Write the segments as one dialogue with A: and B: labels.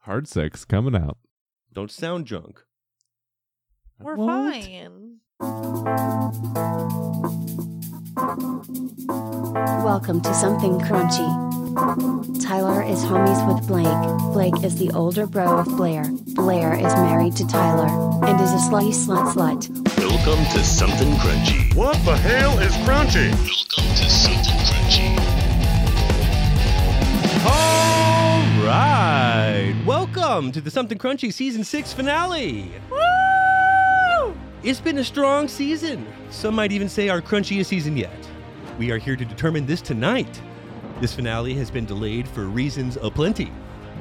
A: Hard sex coming out.
B: Don't sound drunk.
C: We're
A: What?
C: fine.
D: Welcome to Something Crunchy. Tyler is homies with Blake. Blake is the older bro of Blair. Blair is married to Tyler and is a slutty slut slut.
E: Welcome to Something Crunchy.
F: What the hell is crunchy?
E: Welcome to Something Crunchy.
B: All right. Welcome to the Something Crunchy Season 6 finale. Woo! It's been a strong season. Some might even say our crunchiest season yet. We are here to determine this tonight. This finale has been delayed for reasons aplenty.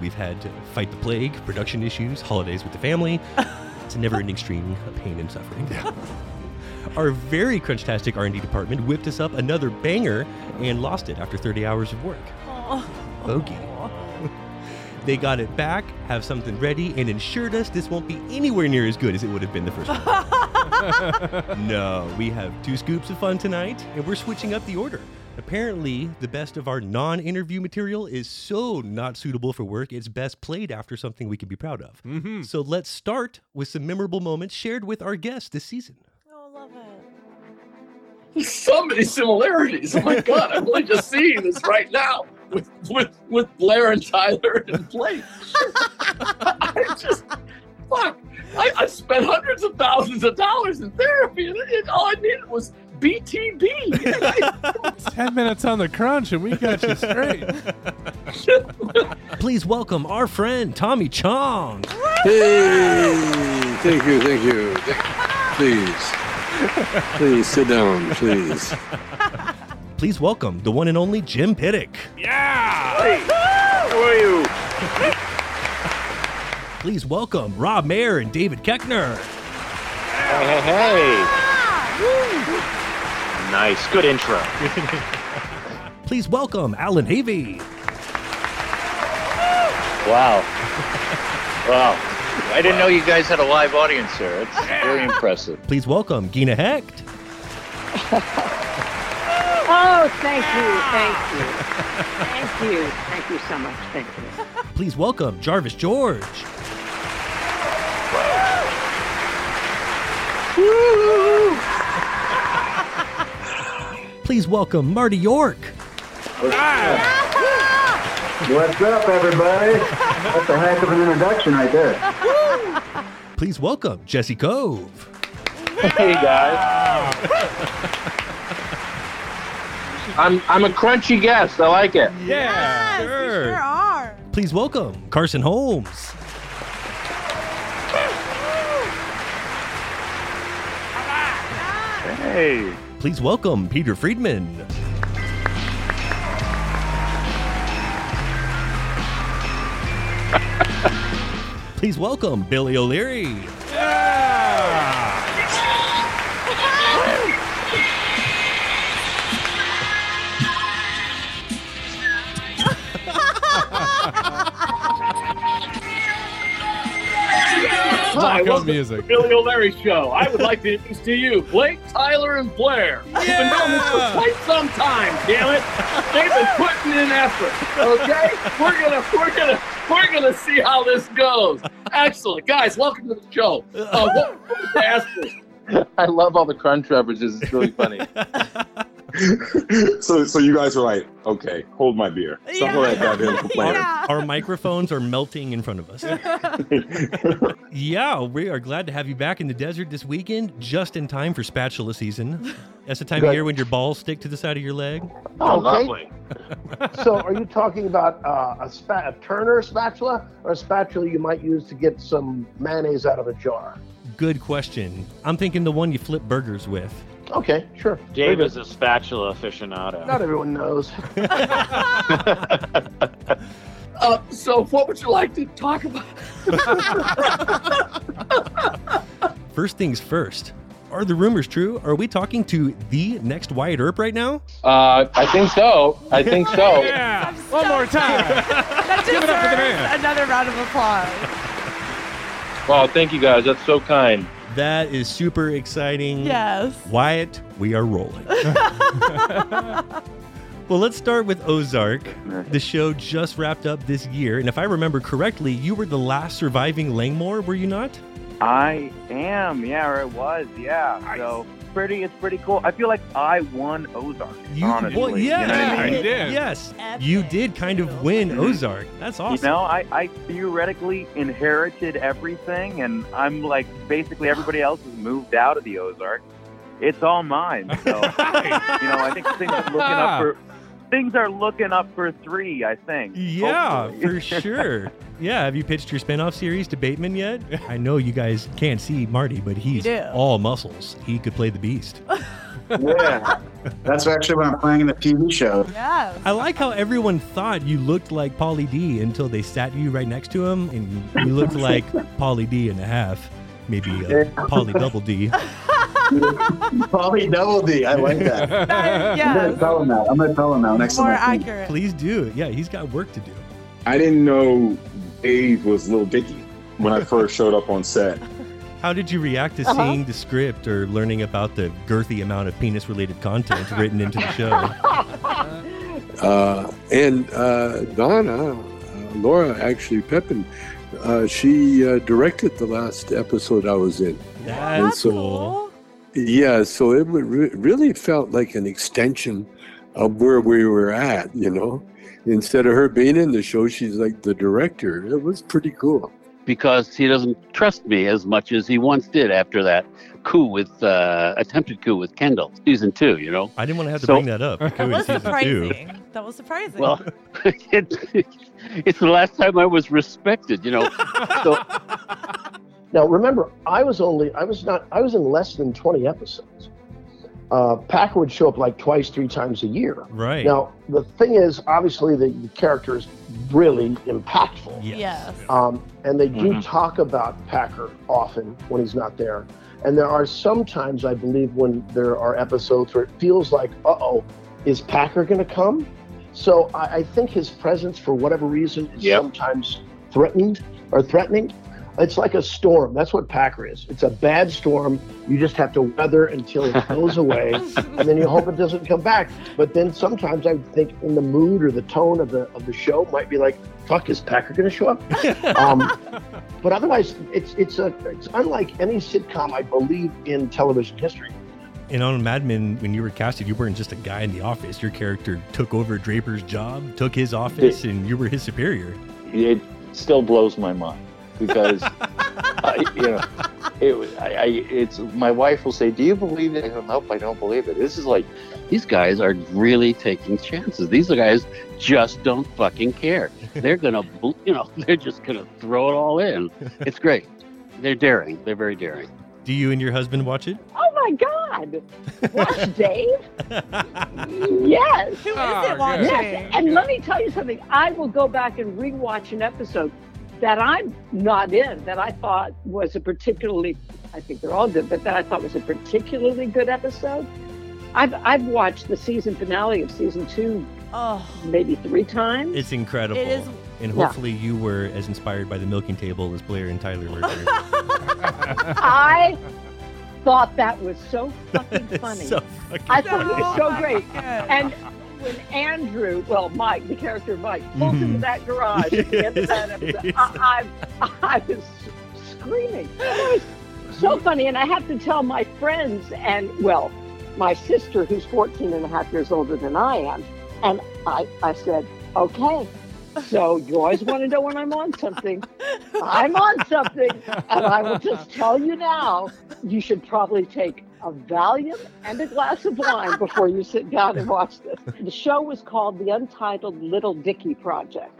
B: We've had to fight the plague, production issues, holidays with the family. It's a never-ending stream of pain and suffering. Our very crunchtastic R&D department whipped us up another banger and lost it after 30 hours of work. Bogey. They got it back, have something ready, and assured us this won't be anywhere near as good as it would have been the first one. no, we have two scoops of fun tonight, and we're switching up the order. Apparently, the best of our non interview material is so not suitable for work, it's best played after something we can be proud of.
A: Mm-hmm.
B: So let's start with some memorable moments shared with our guests this season.
C: Oh, love it.
G: so many similarities. Oh my god, I'm really just seeing this right now with with, with Blair and Tyler and Blake. I just fuck. I, I spent hundreds of thousands of dollars in therapy, and, and all I needed was BTB.
A: Ten minutes on the crunch, and we got you straight.
B: Please welcome our friend Tommy Chong.
H: Hey,
I: Mm,
H: thank you, thank you. Please, please sit down, please.
B: Please welcome the one and only Jim Pittick.
F: Who are you?
B: Please welcome Rob Mayer and David Keckner.
F: Hey, hey, hey.
E: Nice. Good intro.
B: Please welcome Alan Havey.
J: Wow. Wow. I didn't know you guys had a live audience here. It's very impressive.
B: Please welcome Gina Hecht.
K: Oh, thank you, thank you, thank you, thank you so much, thank you.
B: Please welcome Jarvis George. Please welcome Marty York.
H: What's up, everybody? That's a heck of an introduction right there.
B: Please welcome Jesse Cove.
G: hey guys. I'm I'm a crunchy guest. I like it.
C: yes,
B: sure.
C: you sure are.
B: Please welcome Carson Holmes.
J: Hey.
B: Please welcome Peter Friedman. Please welcome Billy O'Leary.
G: Hi,
A: Lock on
G: welcome
A: music.
G: Billy O'Leary show. I would like to introduce to you Blake, Tyler, and Blair. We've been doing this for quite some time. Damn it, they've been putting in effort. Okay, we're gonna we're gonna we're gonna see how this goes. Excellent, guys. Welcome to the show. Uh, what what was the ask for?
J: I love all the crunch references. It's really funny.
H: So, so you guys were like, okay, hold my beer. Something like that. Then complain.
C: yeah.
B: Our microphones are melting in front of us. yeah, we are glad to have you back in the desert this weekend, just in time for spatula season. That's the time of
L: Good. Oh,
B: year when your balls stick to the side of your leg.
L: okay.
B: Oh,
L: so, are you talking about uh, a, spa- a Turner spatula or a spatula you might use to get some mayonnaise out of a jar?
B: Good question. I'm thinking the one you flip burgers with.
L: Okay, sure.
J: Dave is a spatula aficionado.
L: Not everyone knows.
G: Uh, so, what would you like to talk about?
B: First things first. Are the rumors true? Are we talking to the next Wyatt Earp right now?
G: Uh, I think so. I think so.
A: Yeah,
C: I'm
A: one
C: so
A: more time.
C: That
A: Give it up for the man.
C: deserves another round of applause.
G: Wow, thank you guys. That's so kind.
B: That is super
A: Mm.
B: exciting.
C: Yes.
B: Wyatt, we are rolling. Well, let's start with Ozark. The show just wrapped up this year, and if I remember correctly, you were the last surviving Langmore, were you not?
M: I am, yeah, or it was, yeah. So pretty, it's pretty cool. I feel like I won Ozark.
B: You
M: honestly,
B: well,
M: you know
B: yeah,
M: what I mean?
B: yes, you did kind of win Ozark. That's awesome.
M: You know, I, I theoretically inherited everything, and I'm like basically everybody else has moved out of the Ozark. It's all mine. So you know, I think things are looking up for things are looking up for three. I think.
B: Yeah,
M: hopefully.
B: for sure. Yeah, have you pitched your spinoff series to Bateman yet? I know you guys can't see Marty, but he's
M: Yeah.
B: all muscles. He could play the beast.
N: yeah, that's actually what I'm playing in the TV show.
C: Yes.
B: I like how everyone thought you looked like Pauly D until they sat you right next to him, and you looked like Pauly D and a half, maybe uh, Pauly Double D.
N: Polly Double D. I like that. I'm gonna tell him that. I'm gonna tell him now. Next time. I see him.
B: Please do. Yeah, he's got work to do.
O: I didn't know Dave was Little Dicky when I first showed up on set.
B: How did you react to
O: Uh-huh.
B: seeing the script or learning about the girthy amount of penis-related content written into the show?
I: Uh, and uh, Donna, uh, Laura actually Pepin, uh, she uh, directed the last episode I was in. and so, Yeah, so it would re- really felt like an extension of where we were at, you know. Instead of her being in the show, she's like the director. It was pretty cool.
J: because he doesn't trust me as much as he once did after that coup with uh, attempted coup with Kendall season two. You know,
B: I didn't want to have to
J: So-
B: bring that up.
C: That was surprising. That was surprising.
J: Well, it, it's the last time I was respected. You know, so
L: Now remember, I was only I was not I was in less than twenty episodes. Uh, Packer would show up like twice, three times a year.
B: Right.
L: Now the thing is, obviously the, the character is really impactful.
C: yes.
L: Um, and they do
C: Mhm.
L: talk about Packer often when he's not there. And there are sometimes, I believe, when there are episodes where it feels like, uh oh, is Packer going to come? So I, I think his presence, for whatever reason, is
N: Yep.
L: sometimes threatened or threatening. It's like a storm. That's what Packer is. It's a bad storm. You just have to weather until it goes away, and then you hope it doesn't come back. But then sometimes I would think in the mood or the tone of the of the show might be like, "Fuck, is Packer going to show up?" um, but otherwise, it's it's a it's unlike any sitcom I believe in television history.
B: And on Mad Men, when you were casted, you weren't just a guy in the office. Your character took over Draper's job, took his office, and you were his superior.
J: it still blows my mind because I, you know it was I, I it's my wife will say do you believe it I go nope I don't believe it this is like these guys are really taking chances these guys just don't fucking care they're gonna bl- you know they're just gonna throw it all in it's great they're daring they're very daring
B: Do you and your husband watch it?
K: Oh my God! Watch Dave. yes. Who
C: it Oh, good. watching?
K: Yes. And let me tell you something. I will go back and rewatch an episode that I'm not in that I thought was a particularly. I think they're all good, but that I thought was a particularly good episode. I've I've watched the season finale of season two,
C: Oh.
K: maybe three times.
B: It's incredible.
K: It is-
B: and
K: Yeah.
B: hopefully, you were as inspired by the milking table as Blair and Tyler were. There.
K: I thought that was so fucking funny.
B: So
K: I thought it was so
C: funny.
K: great. And when Andrew, well, Mike, the character Mike, pulled into
C: Mhm.
K: that garage at the end of that episode, I, I, I was screaming. It was so funny. And I have to tell my friends and, well, my sister, who's 14 and a half years older than I am, and I, I said, okay. So you always want to know when I'm on something. I'm on something, and I will just tell you now, you should probably take a Valium and a glass of wine before you sit down and watch this. The show was called The Untitled Little Dicky Project.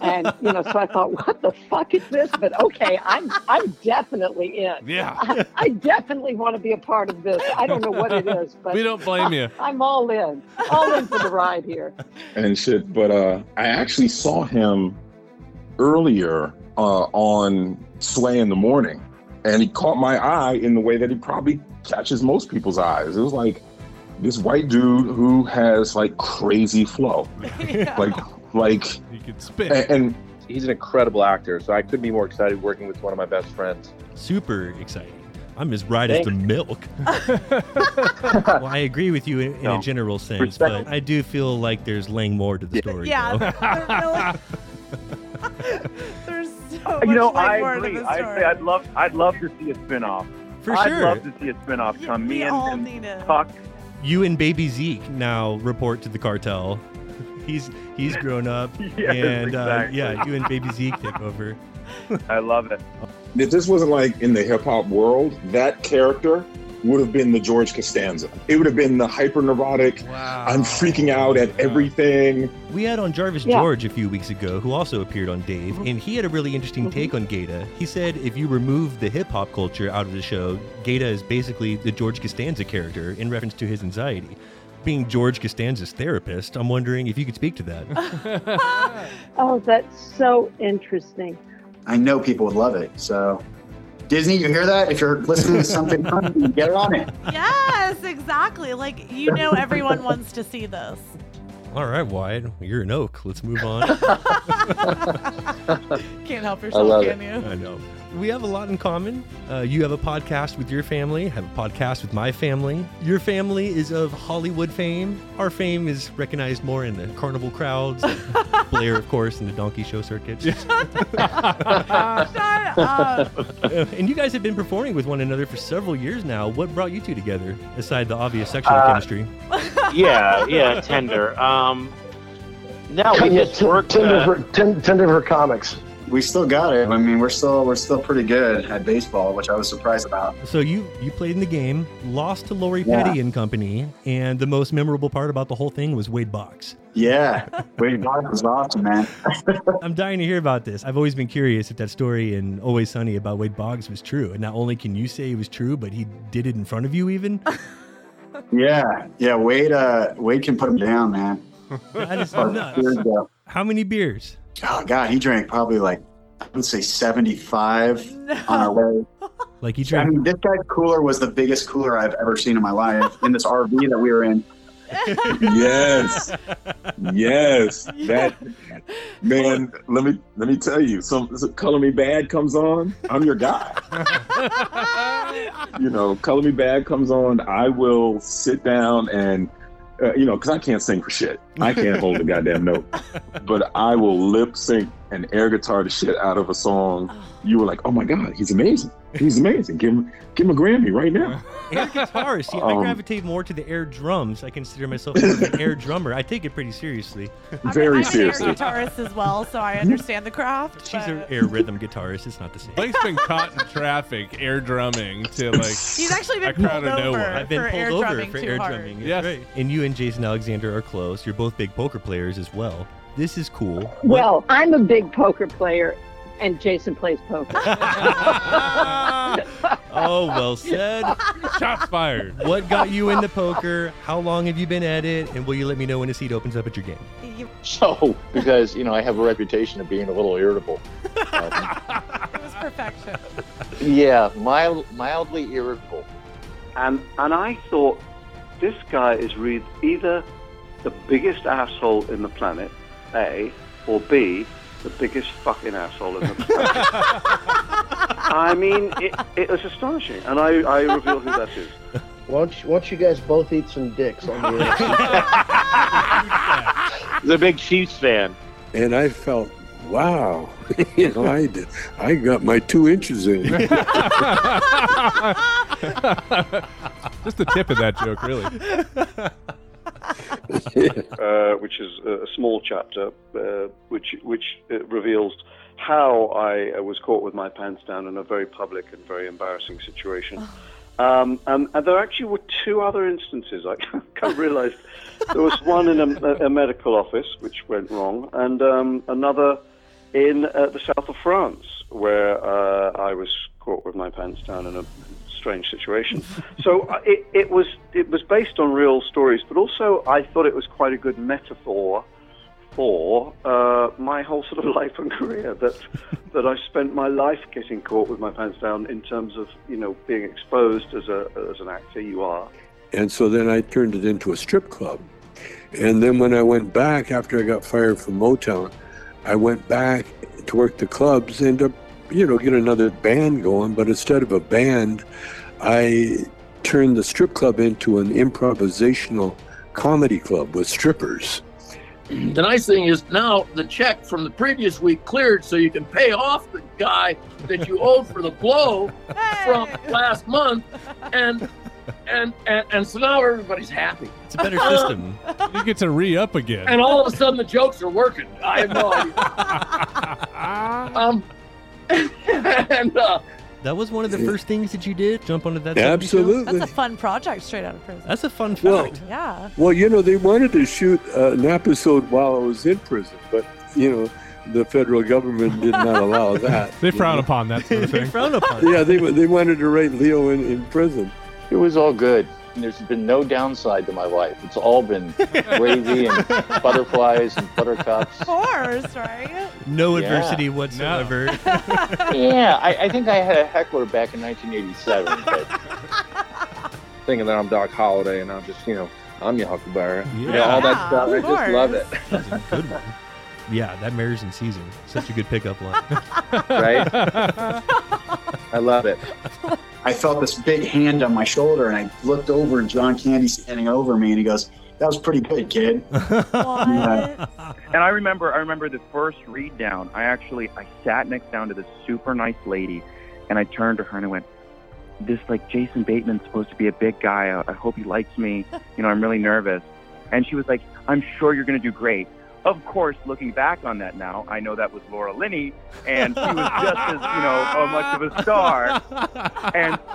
K: And you know, so I thought, what the fuck is this? But okay, I'm I'm definitely in.
A: Yeah.
K: I, I definitely want to be a part of this. I don't know what it is, but
A: We don't blame you.
K: I'm all in. All in for the ride here.
O: and shit. But uh, I actually saw him earlier uh, on Slay in the Morning, and he caught my eye in the way that he probably catches most people's eyes. It was like this white dude who has like crazy flow, like like
A: he could
O: spit. And,
P: He's an incredible actor, so I couldn't be more excited working with one of my best friends.
B: Super exciting. I'm as right as the
A: Thanks.
B: milk. well, I agree with you in, in
A: No.
B: a general sense,
A: Respect.
B: but I do feel like there's lang more to the story.
C: Yeah,
B: though.
C: There's so much
M: you know,
C: like
M: I
C: more to
M: agree.
C: this
M: I
C: story.
M: agree. I'd love, I'd love to see a spin-off.
B: For
M: I'd
B: sure.
M: love to see a spin-off come.
C: we
M: Me and,
C: all
M: and
C: need it.
M: Tuck.
B: you and baby Zeke now report to the cartel. He's he's grown up,
M: Yes,
B: and uh,
M: exactly.
B: yeah, you and baby Zeke take over.
M: I love it.
O: If this wasn't like in the hip hop world, that character would have been the George Costanza. It would have been the hyper neurotic, I'm freaking out at everything.
B: We had on Jarvis
O: Yeah.
B: George a few weeks ago, who also appeared on Dave, and he had a really interesting take on Gata. He said if you remove the hip hop culture out of the show, Gata is basically the George Costanza character in reference to his anxiety. Being George Costanza's therapist, I'm wondering if you could speak to that.
K: Oh, that's so interesting.
P: I know people would love it. So, Disney, you hear that? If you're listening to something, funny, get on it.
C: Yes, exactly. Like you know, everyone wants to see this.
B: All right, Wyatt, you're an oak. Let's move on.
C: Can't help yourself, can you?
B: I know. We have a lot in common. Uh, you have a podcast with your family. I have a podcast with my family. Your family is of Hollywood fame. Our fame is recognized more in the carnival crowds. and Blair, of course, in the donkey show circuit. Uh, and you guys have been performing with one another for several years now. What brought you two together, aside the obvious sexual
F: Uh,
B: chemistry?
F: yeah, yeah, Tinder. Um, no, we
L: Tinder,
F: just worked.
L: Tinder,
F: uh,
L: for, Tin- Tinder for comics.
P: We still got it. I mean, we're still we're still pretty good at baseball, which I was surprised about.
B: So you you played in the game, lost to Lori
P: Yeah.
B: Petty and company, and the most memorable part about the whole thing was Wade Box.
P: Yeah, Wade Boggs was awesome, man.
B: I'm dying to hear about this. I've always been curious if that story in Always Sunny about Wade Boggs was true. And not only can you say it was true, but he did it in front of you even.
P: Yeah, yeah. Wade, uh, Wade can put him down, man.
B: That is
P: Or
B: nuts.
P: years ago.
B: How many beers?
P: Oh God, he drank probably like I would say seventy-five on our way.
B: Like he
P: I
B: drank
P: mean, this guy's cooler was the biggest cooler I've ever seen in my life in this RV that we were in.
O: yes, yes. That man. Let me let me tell you. Some, some color me bad comes on. I'm your guy. you know, color me bad comes on. I will sit down and. Uh, you know, because I can't sing for shit. I can't hold a goddamn note. But I will lip sync and air guitar the shit out of a song. You were like, "Oh my god, he's amazing! He's amazing! Give him, give him a Grammy right now!"
B: air guitar. See, I
O: Um,
B: gravitate more to the air drums. I consider myself more of an air drummer. I take it pretty seriously.
O: Very
C: I'm
O: seriously.
C: an air guitarist as well, so I understand the craft.
B: She's an air rhythm guitarist. It's not the same.
A: Blake's been caught in traffic, air drumming to like. He's
C: actually
A: been a crowd
C: pulled
A: of no
C: over.
A: one.
B: I've been
C: for
B: pulled
C: air
B: over
C: drumming
B: for
C: too
B: air
C: hard.
B: drumming. That's
A: Yes.
B: right. And you and Jason Alexander are close. You're both big poker players as well. This is cool.
K: Well, I'm a big poker player, and Jason plays poker.
B: Oh, well said. Shots fired. What got you into poker? How long have you been at it? And will you let me know when a seat opens up at your game?
J: So, because you know, I have a reputation of being a little irritable. Um,
C: It was perfection.
J: Yeah, mild, mildly irritable.
Q: And and I thought this guy is re- either the biggest asshole in the planet, A, or B, the biggest fucking asshole in the planet. I mean, it, it was astonishing, and I, I reveal who that is.
L: Why don't, you, why don't you guys both eat some dicks on the air?
F: The big Chiefs fan.
I: And I felt, wow, you know, I, did- I got my two inches in.
A: Just the tip of that joke, really.
Q: uh, which is a a small chapter, uh, which which uh, reveals how I uh, was caught with my pants down in a very public and very embarrassing situation. Um, um, and there actually were two other instances. I kind of realised there was one in a, a medical office which went wrong, and um, another in uh, the south of France where uh, I was caught with my pants down in a strange situation. So uh, it, it was it was based on real stories, but also I thought it was quite a good metaphor for uh, my whole sort of life and career that that I spent my life getting caught with my pants down in terms of you know being exposed as a as an actor you are.
I: And so then I turned it into a strip club. And then when I went back after I got fired from Motown, I went back uh, to work the clubs and to, you know, get another band going. But instead of a band, I turned the strip club into an improvisational comedy club with strippers.
G: The nice thing is now the check from the previous week cleared, so you can pay off the guy that you owed for the blow from last month, and, and and and so now everybody's happy.
A: It's a better system. you get to re up again.
G: and all of a sudden the jokes are working. I have no idea. um, and uh,
B: That was one of the first things that you did. Jump onto that. zombie show?
I: Absolutely.
C: That's a fun project straight out of prison.
B: That's a fun
I: Well-
B: fact.
C: Yeah.
I: Well, you know, they wanted to shoot uh, an episode while I was in prison, but, you know, the federal government did not
G: Oh,
I: allow that.
A: They frown upon that sort of
I: They
A: thing.
B: frown upon
I: yeah, they, they wanted to write Leo in, in prison.
J: It was all good. And There's been no downside to my life. It's all been gravy and butterflies and buttercups.
C: Of course, right?
B: No
J: Yeah.
B: adversity whatsoever.
J: Yeah, I, I think I had a heckler back in 1987. But
R: thinking that I'm Doc Holliday and I'm just, you know, I'm your Huckleberry. You know,
B: Yeah.
R: all that stuff.
B: Yeah,
R: I
B: of
R: just love it.
S: Oh,
B: yeah, that marriage in season. Such a good pickup line.
R: Right?
P: I love it. I felt this big hand on my shoulder, and I looked over, and John Candy standing over me, and he goes, "That was pretty good, kid." Yeah.
M: And I remember, I remember the first read down. I actually, I sat next down to this super nice lady, and I turned to her and I went, "This like Jason Bateman's supposed to be a big guy. I, I hope he likes me. You know, I'm really nervous." And she was like, "I'm sure you're going to do great." Of course, looking back on that now, I know that was Laura Linney, and she was just as you know uh, much of a star. And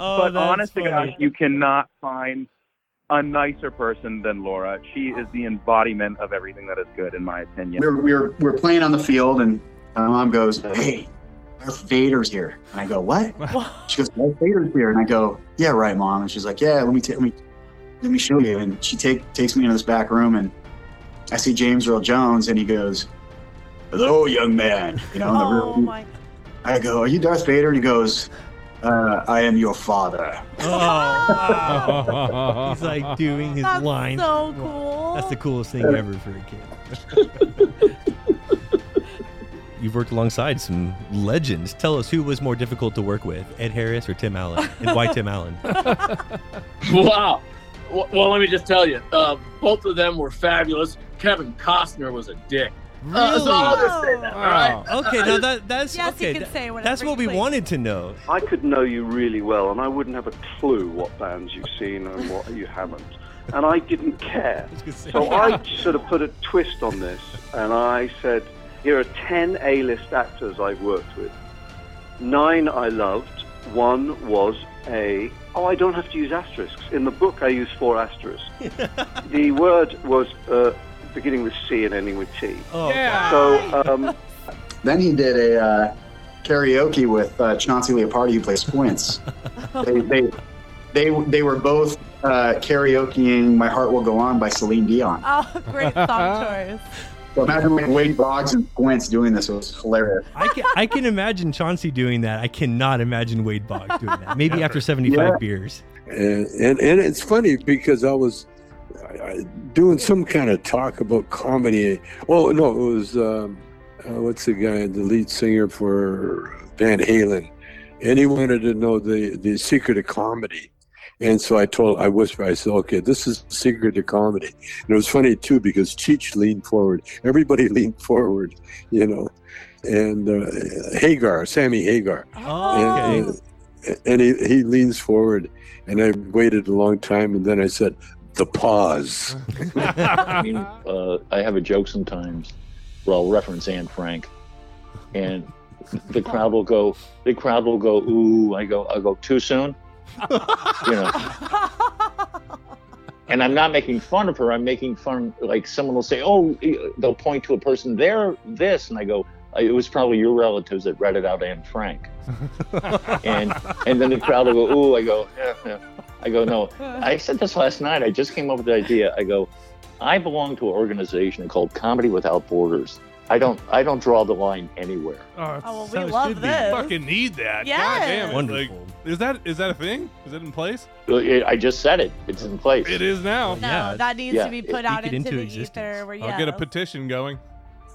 B: Oh,
J: Oh,
M: but honest to gosh, you cannot find a nicer person than Laura. She is the embodiment of everything that is good, in my opinion.
P: We were, we were, we were playing on the field, and my mom goes, Hey, Darth Vader's here. And I go, What? She goes, Darth Vader's here. And I go, Yeah, right, mom. And she's like, Yeah, let me, ta- let me, let me show you. And she take, takes me into this back room, and I see James Earl Jones, and he goes, Hello, young man. You know, in the
C: oh
P: room.
C: my.
P: I go, Are you Darth Vader? And he goes, uh, I am your father.
B: Oh, he's like doing his
C: That's
B: line.
C: so cool.
B: That's the coolest
P: Uh,
B: thing ever for a kid. You've worked alongside some legends. Tell us who was more difficult to work with, Ed Harris or Tim Allen, and why Tim Allen?
G: Wow. Well, well, let me just tell you, uh, both of them were fabulous. Kevin Costner was a dick. Uh, so I'll just say that. all right?
B: Okay, now that that's
G: Yes, you
B: okay.
G: can
B: that-
G: say whatever
B: that's what
G: you
B: we
G: please.
B: wanted to know.
Q: I could know you really well, and I wouldn't have a clue what bands you've seen and what you haven't. And I didn't care. So I sort of put a twist on this, and I said, here are 10 A-list actors I've worked with. Nine I loved. One was a... Oh, I don't have to use asterisks. In the book, I use four asterisks. the word was uh, beginning with C and ending with T.
B: Oh,
Q: yeah. So um,
P: Then he did a uh, karaoke with uh, Chauncey Leopardi, who plays Squints. they, they, they, they were both uh, karaokeing "My Heart Will Go On" by Celine Dion.
C: Oh, great song choice.
P: So imagine when Wade Boggs and Squints doing this. It was hilarious.
B: I can, I can imagine Chauncey doing that. I cannot imagine Wade Boggs doing that. Maybe after 75 beers.
I: And, and and it's funny because I was I- I- doing some kind of talk about comedy. Oh no, it was um, uh, what's the guy, the lead singer for Van Halen, and he wanted to know the the secret of comedy. And so I told, I whispered, I said, "Okay, this is the secret to comedy." And it was funny too because Cheech leaned forward, everybody leaned forward, you know, and uh, Hagar, Sammy Hagar, and, uh, and he, he leans forward, and I waited a long time, and then I said, "The pause."
J: uh, I have a joke sometimes where I'll reference Anne Frank, and the crowd will go, the crowd will go, ooh. I go, I go too soon, you know. And I'm not making fun of her. I'm making fun. Like someone will say, oh, they'll point to a person. They're this, and I go, it was probably your relatives that read it out Anne Frank. and and then the crowd will go, ooh. I go, yeah, yeah. I go, no. I said this last night. I just came up with the idea. I go, I belong to an organization called Comedy Without Borders. I don't I don't draw the line anywhere.
A: Oh, well,
C: we love this.
A: Fucking need that. God
C: Yes.
A: damn it. Wonderful. is that is that a thing? Is it in place?
J: I just said it. It's in place.
A: It is now.
C: No, that needs to be put out into, the ether. Where,
A: I'll
C: yeah.
A: get a petition going.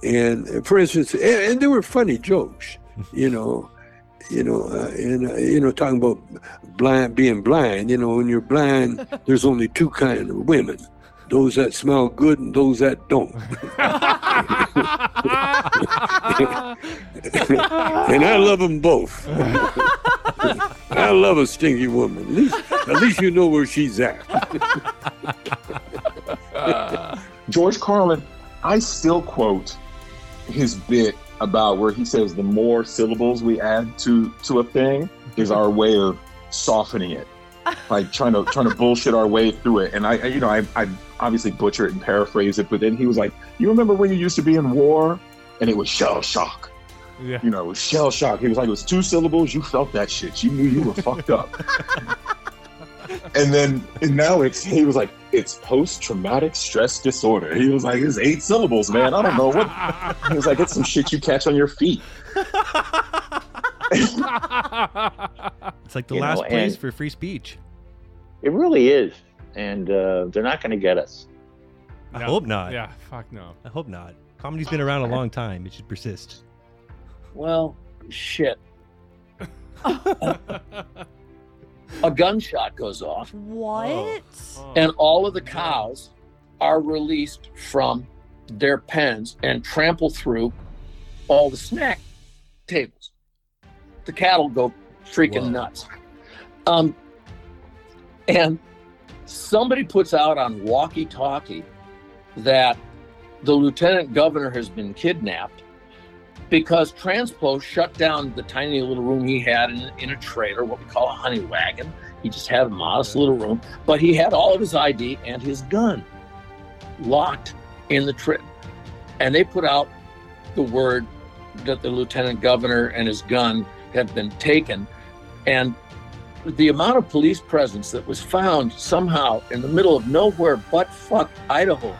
I: uh, And for instance, and, and they were funny jokes, you know. you know, uh, and uh, you know, talking about blind being blind. You know, when you're blind, there's only two kind of women: those that smell good and those that don't. and I love them both. I love a stinky woman. At least, at least you know where she's at.
O: George Carlin, I still quote his bit about where he says the more syllables we add to to a thing is our way of softening it, like trying to trying to bullshit our way through it. And I, I- you know, I, I obviously butcher it and paraphrase it, but then he was like, "You remember when you used to be in war, and it was shell shock."
S: Yeah.
O: You know, it was shell shock. He was like, it was two syllables. You felt that shit. You knew you were fucked up. and then and now it's he was like it's post traumatic stress disorder. He was like it's eight syllables, man. I don't know what. He was like it's some shit you catch on your feet.
B: It's like the
J: You know,
B: last place
J: and-
B: for free speech.
J: It really is, and uh, they're not going to get us.
B: I hope not.
S: Yeah,
A: Ah,
S: fuck no.
B: I hope not. Comedy's been around a long time. It should persist.
G: Well, shit. a gunshot goes off.
C: What?
G: and all of the cows are released from their pens and trample through all the snack tables. The cattle go freaking nuts. Um, and somebody puts out on walkie talkie that the lieutenant governor has been kidnapped because Transpo shut down the tiny little room he had in, in a trailer, what we call a honey wagon. He just had a modest little room, but he had all of his ID and his gun locked in the trip. And they put out the word that the lieutenant governor and his gun had been taken. And the amount of police presence that was found somehow in the middle of nowhere but fuck Idaho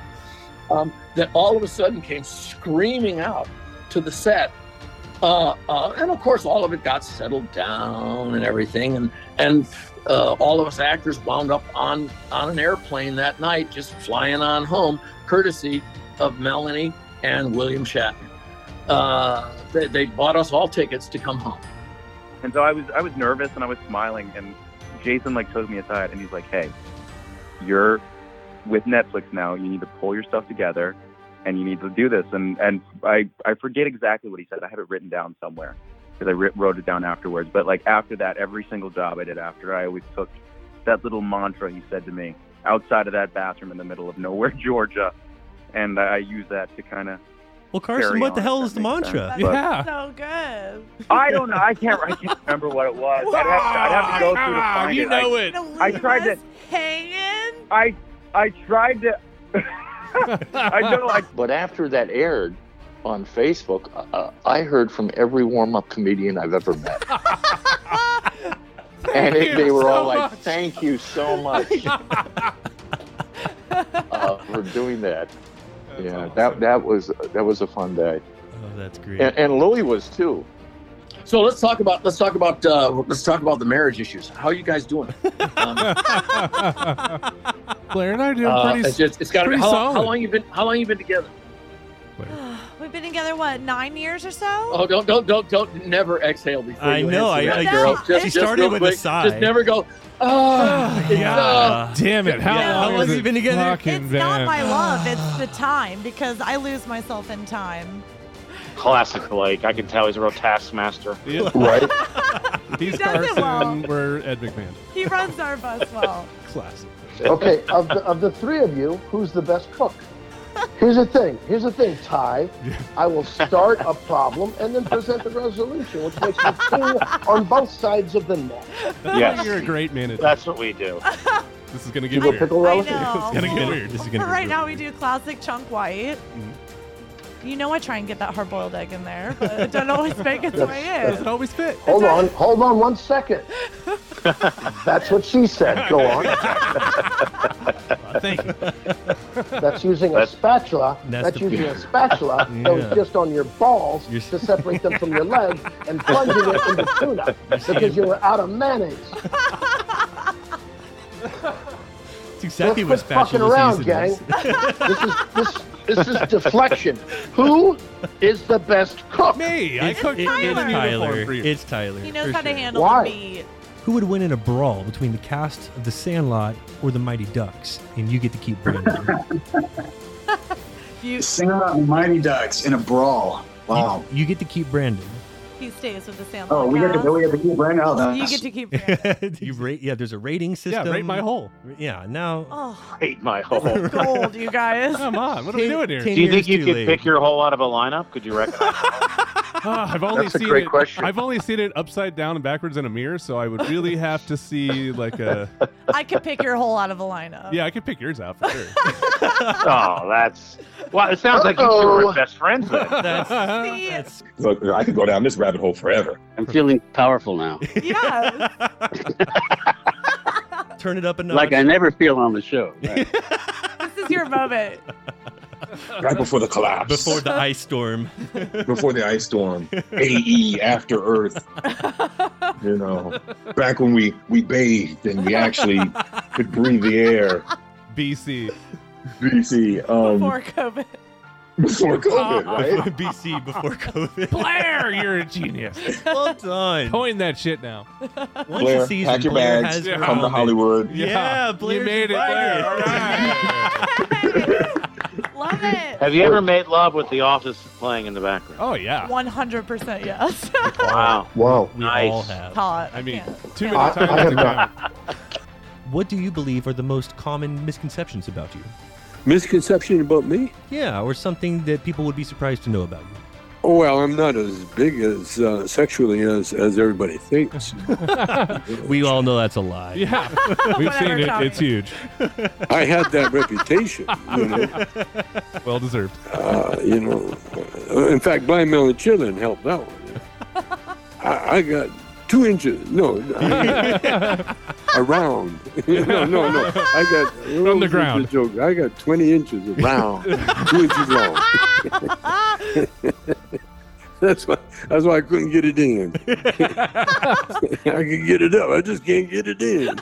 G: um, that all of a sudden came screaming out to the set. Uh, uh, and of course, all of it got settled down and everything, and and uh, all of us actors wound up on on an airplane that night, just flying on home, courtesy of Melanie and William Shatner. Uh, they, they bought us all tickets to come home.
M: And so I was I was nervous and I was smiling and Jason like took me aside and he's like, Hey, you're with Netflix now, you need to pull your stuff together and you need to do this and, and I, I forget exactly what he said. I have it written down somewhere because I writ- wrote it down afterwards. But like after that, every single job I did after, I always took that little mantra he said to me outside of that bathroom in the middle of nowhere, Georgia. And I use that to kind of
B: Well, Carson,
M: Carry
B: what
M: on,
B: the hell
M: if
B: is the
M: that makes
B: mantra?
M: sense, but-
C: So good.
M: I don't know. I can't. I can't remember what it was. I'd have to, I'd have to go through to
S: Wow,
M: find
S: you
M: it.
S: know
M: I,
S: it.
M: I tried to
C: hanging.
M: I I tried to.
J: I
M: know. I...
J: But after that aired on Facebook, uh, I heard from every warm-up comedian I've ever met, and it, they were all like, "Thank you so much uh, for doing that." yeah, that that was that was a fun day,
B: Oh, that's great.
J: and, and Lily was too.
G: So let's talk about let's talk about uh, let's talk about the marriage issues. How are you guys doing? Um,
S: Blair and I are doing
G: Uh,
S: pretty.
G: it's just- it's gotta be-
S: pretty
G: how,
S: solid.
G: how long you been how long you been together?
C: We've been together what nine years or so.
G: Oh, don't, don't, don't, don't, never exhale before
B: I
G: you
B: know,
G: answer
B: I-
G: that,
B: I-
G: girl.
B: she started
G: real
B: with a sigh.
G: Just never go. Oh,
S: God Ah, Uh, damn it! How
B: Yeah, how
S: long, has
B: long have
S: it
B: you been together?
S: fucking
C: It's
S: been?
C: not my love. It's the time because I lose myself in time.
T: Classic Blake. I can tell he's a real taskmaster.
O: Right.
S: He's
C: does it
S: Carson.
C: well.
S: We're Ed McMahon.
C: He runs our bus well.
B: Classic.
L: okay, of the, of the three of you, who's the best cook? Here's the thing. Here's the thing, Ty. I will start a problem and then present the resolution, which makes me cool on both sides of the net.
S: That's
T: Yes.
S: why you're a great manager.
T: That's what we do.
S: This is gonna
L: You
S: get
L: go
S: weird.
L: pickle
C: I
L: relish?
C: know.
S: It's gonna get weird. This is
C: But right now we do classic chunk white.
A: Mm-hmm.
C: You know I try and get that hard-boiled egg in there, but it doesn't always make its way in.
S: Doesn't always fit.
L: Hold on, hold on one second. That's what she said. Go on.
B: Thank you.
L: That's using
B: That's-
L: a spatula.
B: That's
L: That's,
B: the-
L: using a spatula that was
B: Yeah.
L: just on your balls
B: You're-
L: to separate them from your legs and plunging it into tuna because you were out of mayonnaise.
B: It's exactly
L: Let's
B: what
L: quit fucking
B: spatula
L: around,
B: season
L: gang.
B: is.
L: this is this This is deflection. Who is the best cook? Me.
B: It's- it- it's Tyler. It's Tyler.
C: He knows
B: for
C: how to
B: sure.
C: handle the meat.
B: Who would win in a brawl between the cast of The Sandlot or The Mighty Ducks? And you get to keep Brandon.
C: You,
P: Sing about Mighty Ducks in a brawl. Wow.
B: You, get to keep Brandon.
C: He stays with the sample.
P: Oh, we got to, we got to keep Brandon. Oh,
C: You
P: that's
C: get to keep.
B: you rate, yeah. There's a rating system.
A: rate my hole.
B: Yeah. Now.
C: Oh,
B: Rate my hole.
C: gold, you guys.
A: Come on, what are we doing here?
F: Do you think you could pick your hole out of a lineup? Could you recognize?
A: Ah, I've only
F: That's a
A: seen
F: great
A: it,
F: question.
A: I've only seen it upside down and backwards in a mirror, so I would really have to see like a.
C: I could pick your hole out of a lineup.
A: Yeah, I could pick yours out for sure.
F: oh, that's. Well, it sounds like you two
A: Uh-oh.
F: were best friends. Then.
O: Look, I could go down this rabbit hole forever.
U: I'm feeling powerful now.
B: Turn it up a notch.
U: Like I never feel on the show. Right.
C: This is your moment.
O: Right before the collapse.
B: Before the ice storm.
O: Before the ice storm. AE, after Earth. You know, back when we, we bathed and we actually could breathe the air.
A: BC.
O: BC. Um,
C: Before COVID.
O: Before COVID, right?
B: BC Uh, before COVID.
A: Blair, you're a genius.
B: Well done.
A: Coin that shit now.
B: Once
O: Blair,
B: a season,
O: pack your
B: Blair
O: bags,
B: has
O: come to
B: grown.
O: Hollywood.
B: Yeah,
A: Yeah,
B: Blair
A: you made it, Blair. All
F: Have you ever made love with The Office playing in the background?
A: Oh yeah.
C: One hundred percent yes.
F: Wow.
L: Whoa.
B: We
F: Nice.
B: all have.
C: Hot.
A: I mean,
C: too
B: many
L: I- times I have to not.
B: What do you believe are the most common misconceptions about you?
I: Misconception about me?
B: Yeah, or something that people would be surprised to know about you.
I: Oh well, I'm not as big as uh, sexually as as everybody thinks.
B: we all know that's a lie.
A: Yeah, we've seen it. It's huge.
I: I had that reputation. You know,
A: Well deserved.
I: uh, you know. Uh, In fact, Blind Melon Chillin helped out. I, I got two inches. No, I- around. no, no, no. I got from
A: the ground.
I: Joke. I got 20 inches around. two inches long. That's why. That's why I couldn't get it in. I can get it up. I just can't get it in.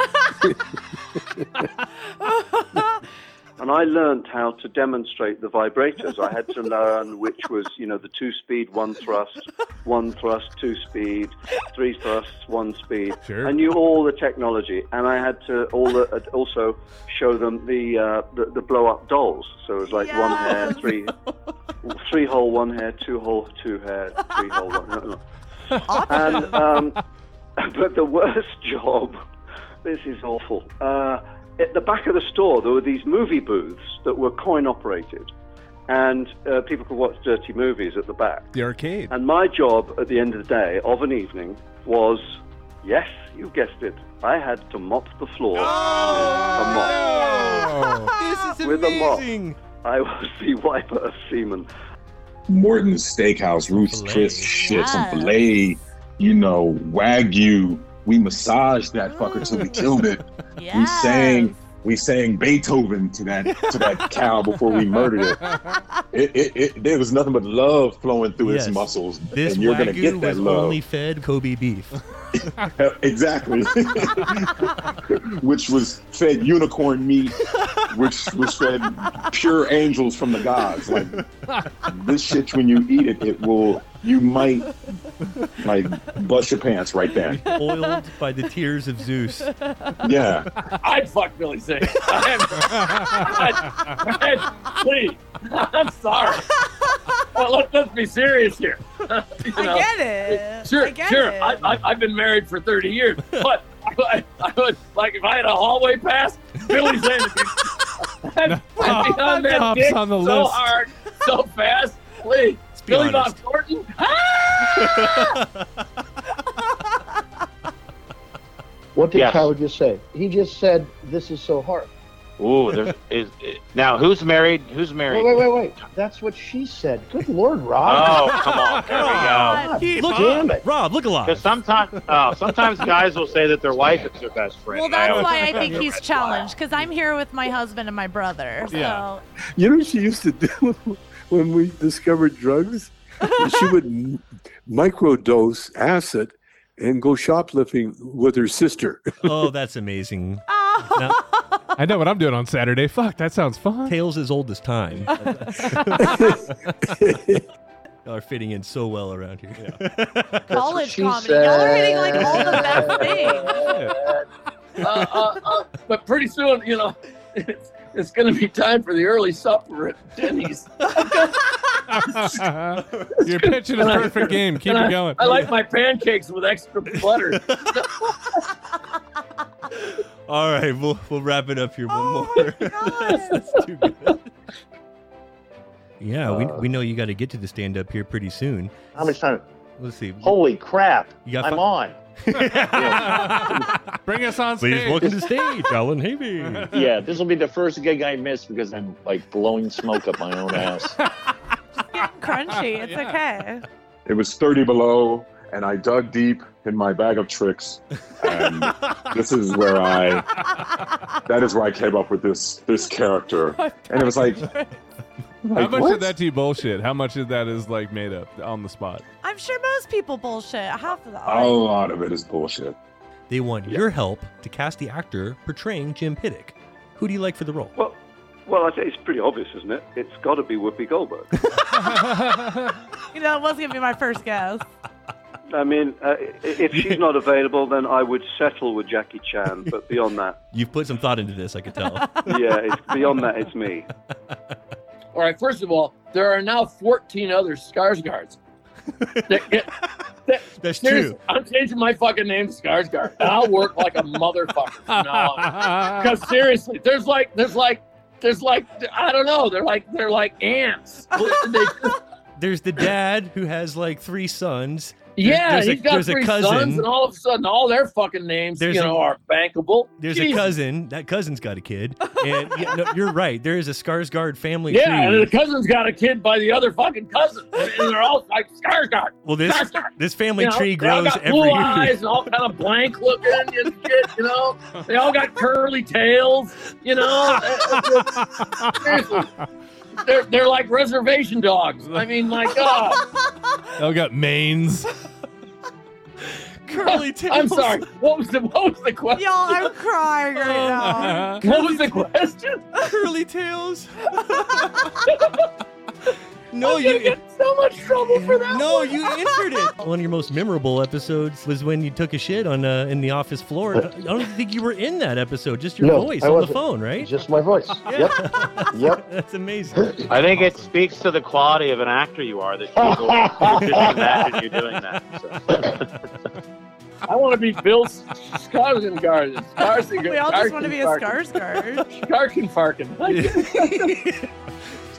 Q: and I learned how to demonstrate the vibrators. I had to learn which was, you know, the two speed, one thrust, one thrust, two speed, three thrusts, one speed.
A: Sure.
Q: I knew all the technology, and I had to all the, uh, also show them the, uh, the the blow up dolls. So it was like one hair, three, three hole, one hair, two hole, two hair, three hole, one. No, no. And
S: uh,
Q: um, but the worst job. This is awful. Uh, at the back of the store, there were these movie booths that were coin operated, and uh, people could watch dirty movies at the back.
A: The arcade.
Q: And my job at the end of the day, of an evening, was yes, you guessed it. I had to mop the floor
O: Ah,
B: this
Q: with a mop. with a mop. I was the wiper of semen.
O: Morton's Steakhouse, Ruth's Chris, shit,
Q: Yes.
O: some filet, you know, wagyu. We massaged that fucker till we killed it. We sang, we sang Beethoven to that to that cow before we murdered it. It, it, it. There was nothing but love flowing through
B: Yes.
O: its muscles,
B: This
O: and you're gonna
B: wagyu
O: get that
B: was
O: love.
B: only fed Kobe beef.
O: exactly. which was fed unicorn meat, which was fed pure angels from the gods. Like this shit, when you eat it, it will. You might like bust your pants right then.
B: Oiled by the tears of Zeus.
O: Yeah.
G: I'd fuck Billy Zane. I'd, I'd- please, I'm sorry. Well, let, let's be serious here. You know,
C: I get it.
G: Sure,
C: I get
G: sure.
C: It.
G: I, I, I've been married for 30 years, but I, I would like if I had a hallway pass, Billy Zane would be, I'd be on that
A: Pops
G: dick
A: on the
G: so
A: list.
G: hard, so fast. Please,
A: be
G: Billy Bob
A: honest.
G: Thornton. Ah!
L: What did
F: Yes.
L: Tyler just say? He just said, "This is so hard."
F: Ooh, there's is, is- now who's married? Who's
L: Wait,
F: married?
L: wait, wait, wait. That's what she said. Good Lord, Rob.
F: Oh, come on. There
L: God,
F: we go.
L: look, damn it.
B: Rob, look alive.
F: Because sometimes, oh, sometimes guys will say that their wife is their best friend.
C: well, that's
F: always-
C: why I think he's challenged because I'm here with my husband and my brother. So
I: Yeah. You know what she used to do when we discovered drugs? she would m- microdose acid and go shoplifting with her sister.
O: Ah.
B: Oh, that's amazing. Now,
A: I know what I'm doing on Saturday. Fuck, that sounds fun.
B: Tales as old as time. Y'all are fitting in so well around here.
C: College comedy. Y'all are hitting like all the best
G: uh,
C: things.
G: uh, uh, but pretty soon, you know, it's, it's going to be time for the early supper at Denny's.
A: You're pitching a
G: And I-
A: perfect game. Keep
G: and
A: it
G: I-
A: going.
G: I like my pancakes with extra butter.
B: All right, we'll we'll wrap it up here.
S: Oh
B: One more. That's too good. Yeah, we, we know you got to get to the stand up here pretty soon.
J: Uh, How much time?
B: Let's see.
J: Holy crap!
B: You got
J: I'm
B: fi-
J: on.
A: Bring us on
B: Please
J: stage.
B: welcome to the stage, Alan Havey.
J: Yeah, this will be the first gig I miss because I'm like blowing smoke up my own ass.
C: Crunchy. It's okay.
O: It was 30 below, and I dug deep in my bag of tricks. And this is where I, that is where I came up with this this character. And it was like,
A: How
O: like,
A: much
O: what?
A: of that do you bullshit? How much of that is like made up on the spot?
C: I'm sure most people bullshit. Half
G: Oh.
C: of them.
O: a lot of it is bullshit.
B: They want your help to cast the actor portraying Jim Piddick. Who do you like for the role?
Q: Well, I say it's pretty obvious, isn't it? It's got to be Whoopi Goldberg.
C: You know, that was gonna be my first guess.
Q: I mean, uh, i- if she's not available, then I would settle with Jackie Chan. But beyond that,
B: You've put some thought into this, I could tell.
Q: yeah, it's, beyond that, it's me.
G: All right, first of all, there are now 14 other Skarsgårds. That- that-
B: That's
G: seriously,
B: true.
G: I'm changing my fucking name to Skarsgård. And I'll work like a motherfucker. No. Because seriously, there's like, there's like, there's like, I don't know. They're like, they're like ants. They-
B: There's the dad who has like three sons. There's-
G: yeah,
B: there's a-
G: he's got
B: there's a
G: three
B: cousin.
G: sons, and all of a sudden, all their fucking names,
B: There's
G: you
B: a-
G: know, are bankable.
B: There's
G: Jesus.
B: a cousin. That cousin's got a kid. And yeah, no, you're right. There is a Skarsgård family
G: Yeah,
B: tree.
G: and the cousin's got a kid by the other fucking cousin, and they're all like Skarsgård.
B: Well, this
G: Skarsgård.
B: this family
G: You know,
B: tree
G: they all
B: grows
G: got
B: every
G: blue
B: year.
G: eyes and all kind of blank looking and shit. You know, they all got curly tails. You know, seriously, they're they're like reservation dogs. I mean, my God,
A: Oh, got manes.
G: curly tails. I'm sorry. What was the what was the question?
C: Y'all, I'm crying right
B: Oh,
S: Um,
C: now.
G: What was the question?
B: Curly tails. no,
G: you get so much trouble for that.
B: No, you answered it. One of your most memorable episodes was when you took a shit on uh, in the office floor. I don't think you were in that episode. Just your
L: No,
B: voice
L: I
B: on the
L: wasn't.
B: phone, right?
L: Just my voice. Yep. Yep.
B: That's amazing.
F: I think it speaks to the quality of an actor you are that you go imagine you doing that.
G: I want to be Bill Skarsgård. Skarsgård.
C: We all just want to be a Skarsgård.
G: Skarsgård.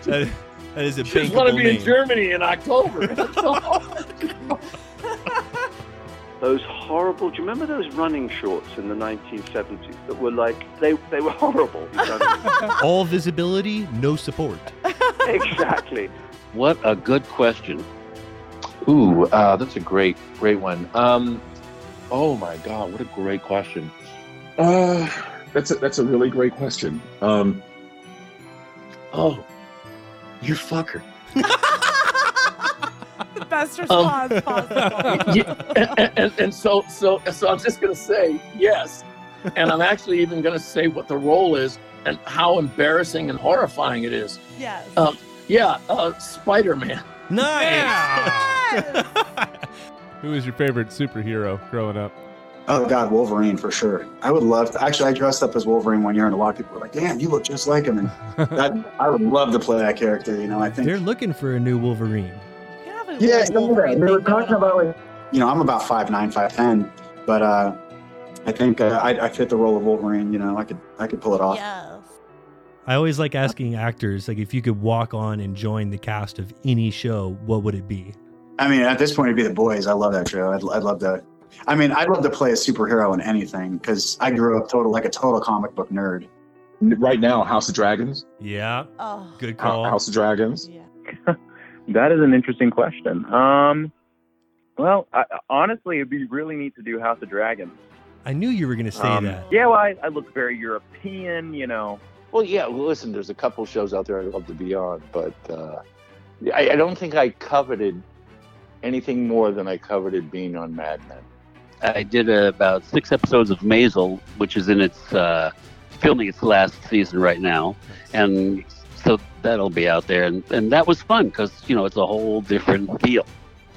B: That- that is a
G: Just want to
B: bankable
G: be
B: name.
G: in Germany in October. That's all.
Q: Those horrible. Do you remember those running shorts in the 1970s that were like they they were horrible.
B: All visibility, no support.
Q: exactly.
U: What a good question.
J: Ooh, uh, that's a great, great one. Um, oh my god, what a great question.
O: Uh, that's a, that's a really great question. Um,
J: oh, you fucker.
C: The best response possible.
G: Oh. Yeah, and, and, and so, so, so I'm just gonna say yes, and I'm actually even gonna say what the role is and how embarrassing and horrifying it is.
C: Yes.
G: Um, yeah, uh, Spider-Man.
B: Nice.
A: Who was your favorite superhero growing up?
P: Oh God, Wolverine for sure. I would love to. Actually, I dressed up as Wolverine one year, and a lot of people were like, "Damn, you look just like him." And that, I would love to play that character. You know, I think.
B: They're looking for a new Wolverine.
P: Yeah, some of that. They were talking about like, you know, I'm about five nine, five ten, but uh, I think uh, I, I fit the role of Wolverine. You know, I could I could pull it off.
B: I always like asking actors, like, if you could walk on and join the cast of any show, what would it be?
P: I mean, at this point, it'd be the boys. I love that show. I'd, I'd love to. I mean, I'd love to play a superhero in anything because I grew up total like a total comic book nerd.
O: right now, House of Dragons.
B: Yeah.
C: Oh.
B: Good
O: Ho- House of Dragons.
M: That is an Uh, interesting question. Um, well, I, honestly, it'd be really neat to do House of Dragons.
B: I knew you were going to say
M: Um,
B: that.
M: Yeah, well, I, I look very European, you know.
J: Well, yeah. Well, listen, there's a couple shows out there I'd love to be on, but uh, I, I don't think I coveted anything more than I coveted being on Mad Men.
U: I did uh, about six episodes of Maisel, which is in its uh, filming its last season right now, and so that'll be out there. And, and that was fun because you know it's a whole different deal.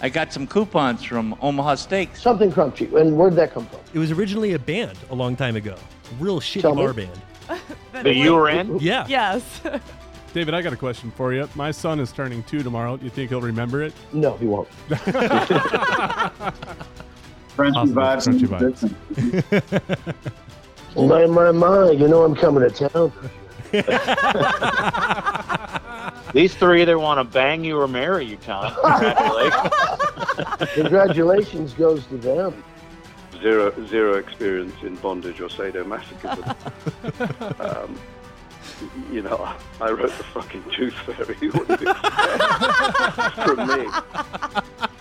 V: I got some coupons from Omaha Steaks.
L: Something crunchy. And where'd that come from?
B: It was originally a band a long time ago. Real shitty
L: Tell me.
B: bar band.
A: That you were in?
B: Yeah.
C: Yes.
A: David, I got a question for you. My son is turning two tomorrow. You think he'll remember it?
L: No, he won't.
P: Crunchy
A: Awesome.
P: vibes.
A: Crunchy vibes.
L: My, my, my, you know I'm coming to town.
F: These three either want to bang you or marry you, Tom. Congratulations.
L: Congratulations goes to them.
Q: zero zero experience in bondage or sadomasochism. um, you know, I wrote the fucking Tooth Fairy. You wouldn't expect from me.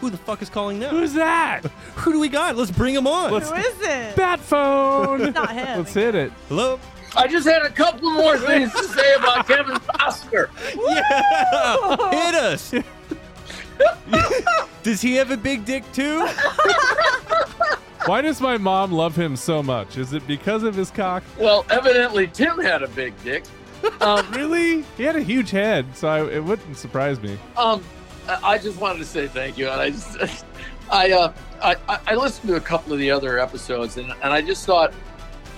B: Who the fuck is calling now?
A: Who's that?
B: Who do we got? Let's bring him on.
A: Let's- Who is
C: it?
A: Bat phone.
C: It's not him.
A: Let's hit it.
B: Hello.
G: I just had a couple more things to say about Kevin Costner.
B: Hit us. Does he have a big dick too?
A: Why does my mom love him so much? Is it because of his cock?
G: Well, evidently Tim had a big dick. Um,
A: really? He had a huge head, so I, it wouldn't surprise me.
G: Um, I I just wanted to say thank you, and I just, I, uh, I, I- I listened to a couple of the other episodes, and, and I just thought,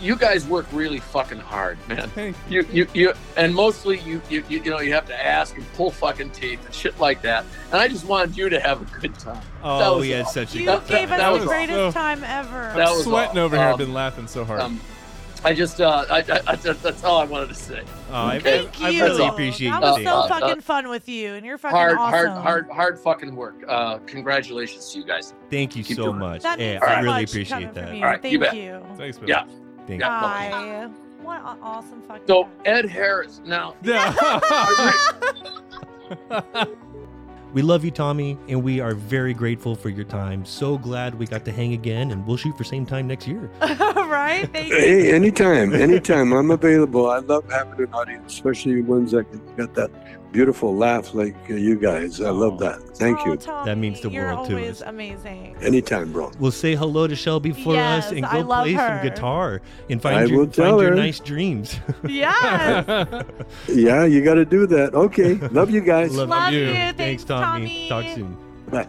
G: you guys work really fucking hard, man.
A: Thank
G: you. You, you, and mostly you, you, you, you know, you have to ask and pull fucking teeth and shit like that. And I just wanted you to have a good time.
B: Oh,
G: That was
B: he had
G: all.
B: such a
G: That-
B: good
G: that-
C: Gave us
G: that
C: the
G: was all.
C: greatest
A: Oh.
C: time ever.
G: That
A: I'm
G: was
A: sweating
G: all.
A: over here. I've
G: Um,
A: been laughing so hard.
G: um, I just, uh, I, I, I, that's all I wanted to say.
B: Oh, I-
C: Thank
B: I
C: you.
B: really appreciate
C: that
B: you,
C: was
B: Dave.
C: so
B: Uh,
C: fucking fun with you, and you're fucking
G: hard,
C: awesome.
G: hard, hard, hard fucking work. Uh, congratulations to you guys.
B: Thank you so much.
C: That
B: yeah,
C: means so
B: I really
C: much coming
B: appreciate
C: from
B: that.
C: you. All right, you Thank bet. you.
A: Thanks, man.
G: Yeah.
B: Thank
G: Yeah.
C: Bye. What an awesome fucking.
G: So Ed Harris. Now,
B: We love you, Tommy, and we are very grateful for your time. So glad we got to hang again, and we'll shoot for same time next year.
C: right? Thank you.
I: Hey, anytime, anytime. I'm available. I love having an audience, especially ones that can get that beautiful laugh like uh, you guys. I love that. Thank you.
B: that means the
C: You're
B: world to
C: always
B: us.
C: amazing.
I: Anytime, bro.
B: We'll say hello to Shelby for us
C: Yes,
B: and go
C: I love
B: play
C: her.
B: some guitar and
I: I
B: find,
I: will
B: your,
I: tell
B: find your
I: her.
B: nice dreams.
C: Yes.
I: Yeah, you got to do that. Okay. Love you guys.
B: Love,
C: Love
B: you.
C: you.
B: Thanks,
C: Thanks,
B: Tommy. Talk soon.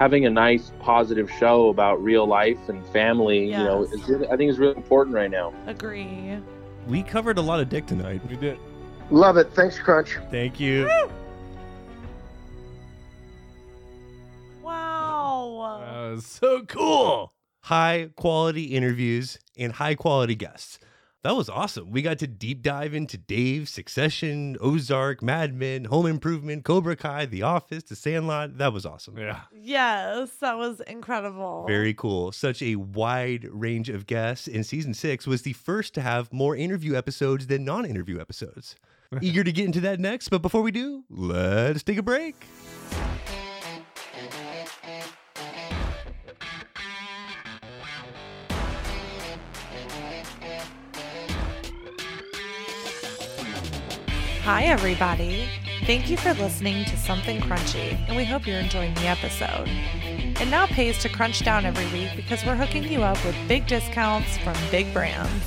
R: having a nice, positive show about real life and family, you know,
C: Yes.
R: is really, I think is really important right now.
C: Agree.
B: We covered a lot of dick tonight.
A: We did.
L: Love it. Thanks, Crunch.
B: Thank you.
C: Wow.
A: Uh, so cool.
B: High quality interviews and high quality guests. That was awesome. We got to deep dive into Dave, Succession, Ozark, Mad Men, Home Improvement, Cobra Kai, The Office, The Sandlot. That was awesome.
A: Yeah.
C: Yes, that was incredible.
B: Very cool. Such a wide range of guests. And season six was the first to have more interview episodes than non interview episodes. Eager to get into that next, but before we do, let's take a break.
C: Hi, everybody. Thank you for listening to Something Crunchy, and we hope you're enjoying the episode. It now pays to crunch down every week because we're hooking you up with big discounts from big brands.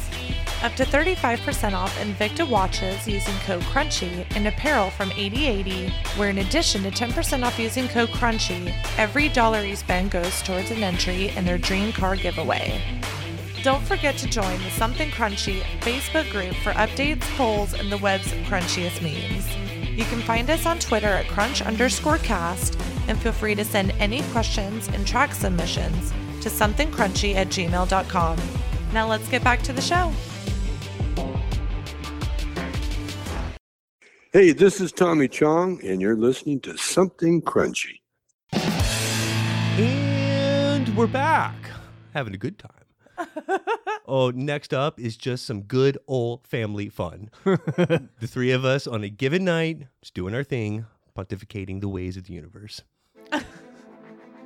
C: Up to 35% off Invicta watches using code CRUNCHY and apparel from 8080, where in addition to 10% off using code CRUNCHY, every dollar you spend goes towards an entry in their dream car giveaway. Don't forget to join the Something Crunchy Facebook group for updates, polls, and the web's crunchiest memes. You can find us on Twitter at crunch underscore cast and feel free to send any questions and track submissions to somethingcrunchy at gmail.com. Now let's get back to the show.
I: Hey, this is Tommy Chong, and you're listening to Something Crunchy.
B: And we're back. Having a good time. oh, next up is just some good old family fun. the three of us on a given night, just doing our thing, pontificating the ways of the universe.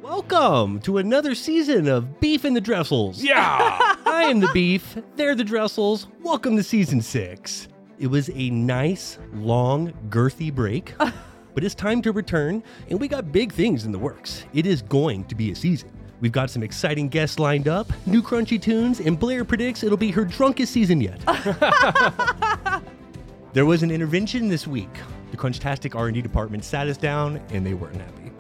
B: Welcome to another season of Beef and the Dressels.
A: Yeah.
B: I am the Beef, they're the Dressels. Welcome to season six. It was a nice, long, girthy break, but it's time to return, and we got big things in the works. It is going to be a season. We've got some exciting guests lined up, new crunchy tunes, and Blair predicts it'll be her drunkest season yet. there was an intervention this week. The Crunchtastic R&D department sat us down, and they weren't happy.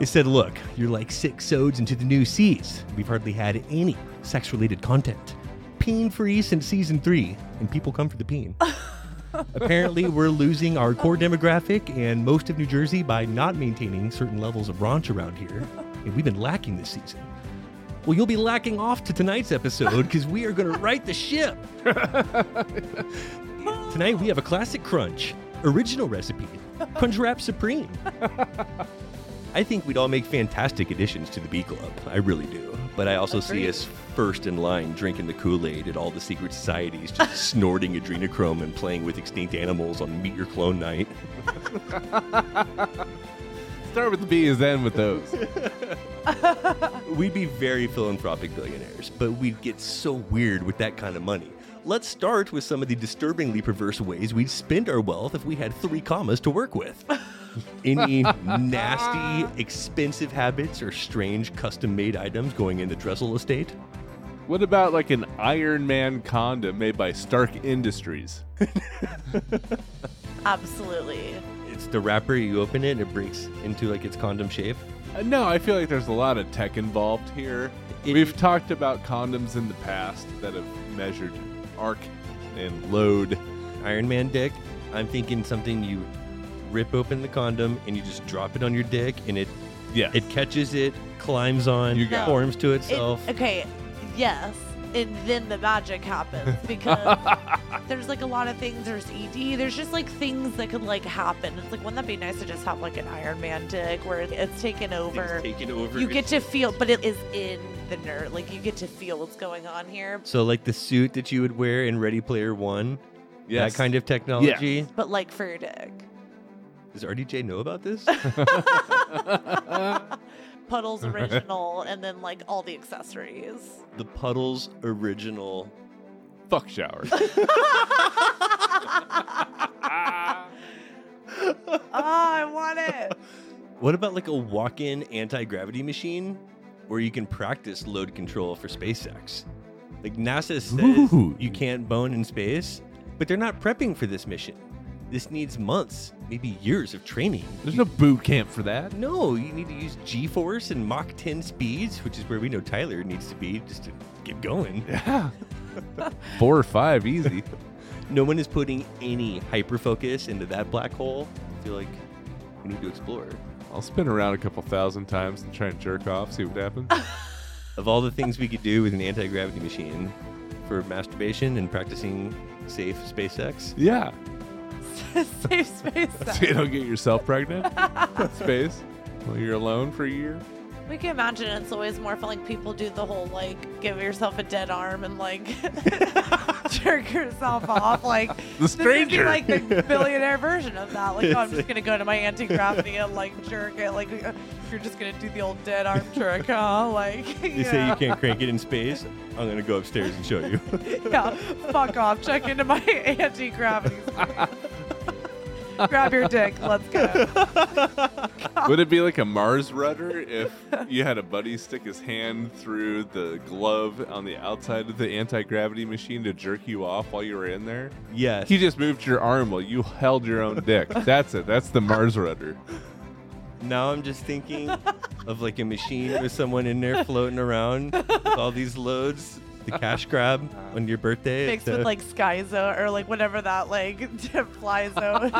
B: It said, look, you're like six sods into the new seas. We've hardly had any sex related content. Peen free since season three, and people come for the peen. Apparently, we're losing our core demographic and most of New Jersey by not maintaining certain levels of raunch around here, and we've been lacking this season. Well, you'll be lacking off to tonight's episode because we are going to right the ship. Tonight, we have a classic crunch, original recipe, Crunch Wrap Supreme. I think we'd all make fantastic additions to the B Club. I really do. But I also see
W: Agreed.
B: us first in line drinking the Kool Aid at all the secret societies, just snorting adrenochrome and playing with extinct animals on Meet Your Clone Night.
S: Start with the B's, then with those.
B: We'd be very philanthropic billionaires, but we'd get so weird with that kind of money. Let's start with some of the disturbingly perverse ways we'd spend our wealth if we had three commas to work with. Any nasty, expensive habits or strange custom made items going in the Dressel estate?
S: What about like an Iron Man condom made by Stark Industries?
C: Absolutely.
B: It's the wrapper, you open it, and it breaks into like its condom shape.
S: Uh, No, I feel like there's a lot of tech involved here. We've talked about condoms in the past that have measured arc and load.
B: Iron Man dick. I'm thinking something you rip open the condom and you just drop it on your dick and it
S: yeah
B: it catches it, climbs on,
C: No.
B: forms to
C: It-
B: itself.
C: okay, yes. And then the magic happens because there's like a lot of things. There's ED. There's just like things that could like happen. It's like, wouldn't that be nice to just have like an Iron Man dick where it's taken over?
B: taken over.
C: You get to feel, but it is in the nerd. Like you get to feel what's going on here.
B: So like the suit that you would wear in Ready Player One,
S: Yes.
B: that kind of technology.
C: But like for your dick,
B: Does RDJ know about this?
C: Puddles original, and then like all the accessories.
B: the Puddles original
S: fuck shower.
B: Ah.
C: oh, I want it.
B: what about like a walk-in anti-gravity machine where you can practice load control for SpaceX? Like NASA says you can't bone in space, but they're not prepping for this mission. This needs months, maybe years of training.
S: There's no boot camp for that.
B: No, you need to use G-force and Mach 10 speeds, which is where we know Tyler needs to be just to get going. Yeah.
S: Four or five, easy.
B: no one is putting any hyperfocus into that black hole. I feel like we need to explore.
S: I'll spin around a couple thousand times and try and jerk off, see what happens.
B: Of all the things we could do with an anti-gravity machine for masturbation and practicing safe space sex.
S: yeah.
C: Safe space.
S: So you don't get yourself pregnant. Space. Well, you're alone for a year.
C: We can imagine it's always more fun. Like people do the whole like give yourself a dead arm and like jerk yourself off. Like
S: The
C: This would be,
S: stranger.
C: like the billionaire version of that. Like oh, I'm
S: It's-
C: just gonna go to my anti gravity and like jerk it. Like uh, you're just gonna do the old dead arm jerk, huh? Like
B: They say you can't crank it in space. I'm gonna go upstairs and show you.
C: Yeah, fuck off. Check into my anti gravity. Grab your dick. Let's go.
S: Would it be like a Mars rudder if you had a buddy stick his hand through the glove on the outside of the anti gravity machine to jerk you off while you were in there?
B: Yes.
S: He just moved your arm while you held your own dick. That's it. That's the Mars rudder.
B: Now I'm just thinking of like a machine with someone in there floating around with all these loads. The cash grab on your birthday. at
C: Mixed with
B: the-
C: like Skyzo or like whatever that like fly zone is,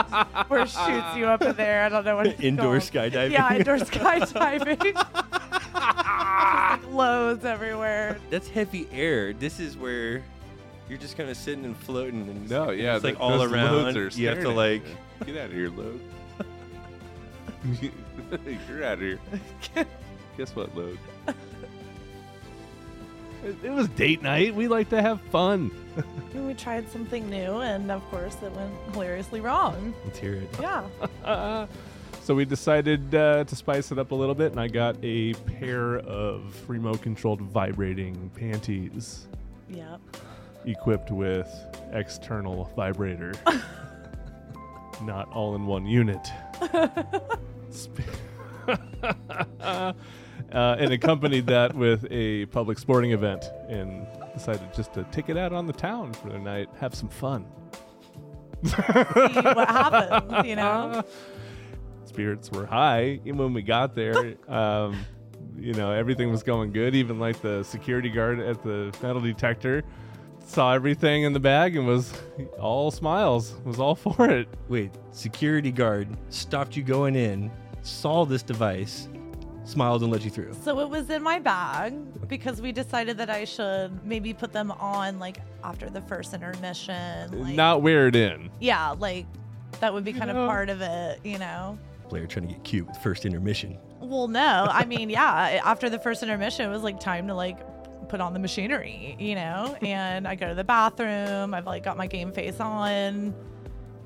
C: where it shoots you up in there. I don't know what it's
B: Indoor
C: called.
B: skydiving.
C: Yeah, indoor skydiving. Just, like, loads everywhere.
B: That's heavy air. This is where you're just kind of sitting and floating and
S: No, yeah.
B: it's like
S: th-
B: all
S: those
B: around.
S: loads are
B: you have
S: staring
B: to
S: at
B: like
S: you. Get out of here, load. You're out of here. Guess what, load? It it was date night. We like to have fun.
C: And we tried something new, and of course, it went hilariously wrong.
B: Let's hear it.
C: Yeah.
S: So we decided uh, to spice it up a little bit, and I got a pair of remote-controlled vibrating panties
C: Yep.
S: equipped with external vibrator. Not all in one unit. Sp- uh, and accompanied that with a public sporting event, and decided just to take it out on the town for the night, have some fun.
C: See what happens, you know?
S: spirits were high even when we got there. Um, you know, everything was going good. Even like the security guard at the metal detector saw everything in the bag and was all smiles, was all for it.
B: Wait, security guard stopped you going in, saw this device, smiled and let you through.
C: So it was in my bag because we decided that I should maybe put them on like after the first intermission. Like,
S: Not wear it in.
C: yeah, like that would be kind
S: know.
C: of part of it, you know?
B: Blair trying to get cute with first intermission.
C: Well, no, I mean, yeah, after the first intermission, it was like time to like put on the machinery, you know? And I go to the bathroom, I've like got my game face on.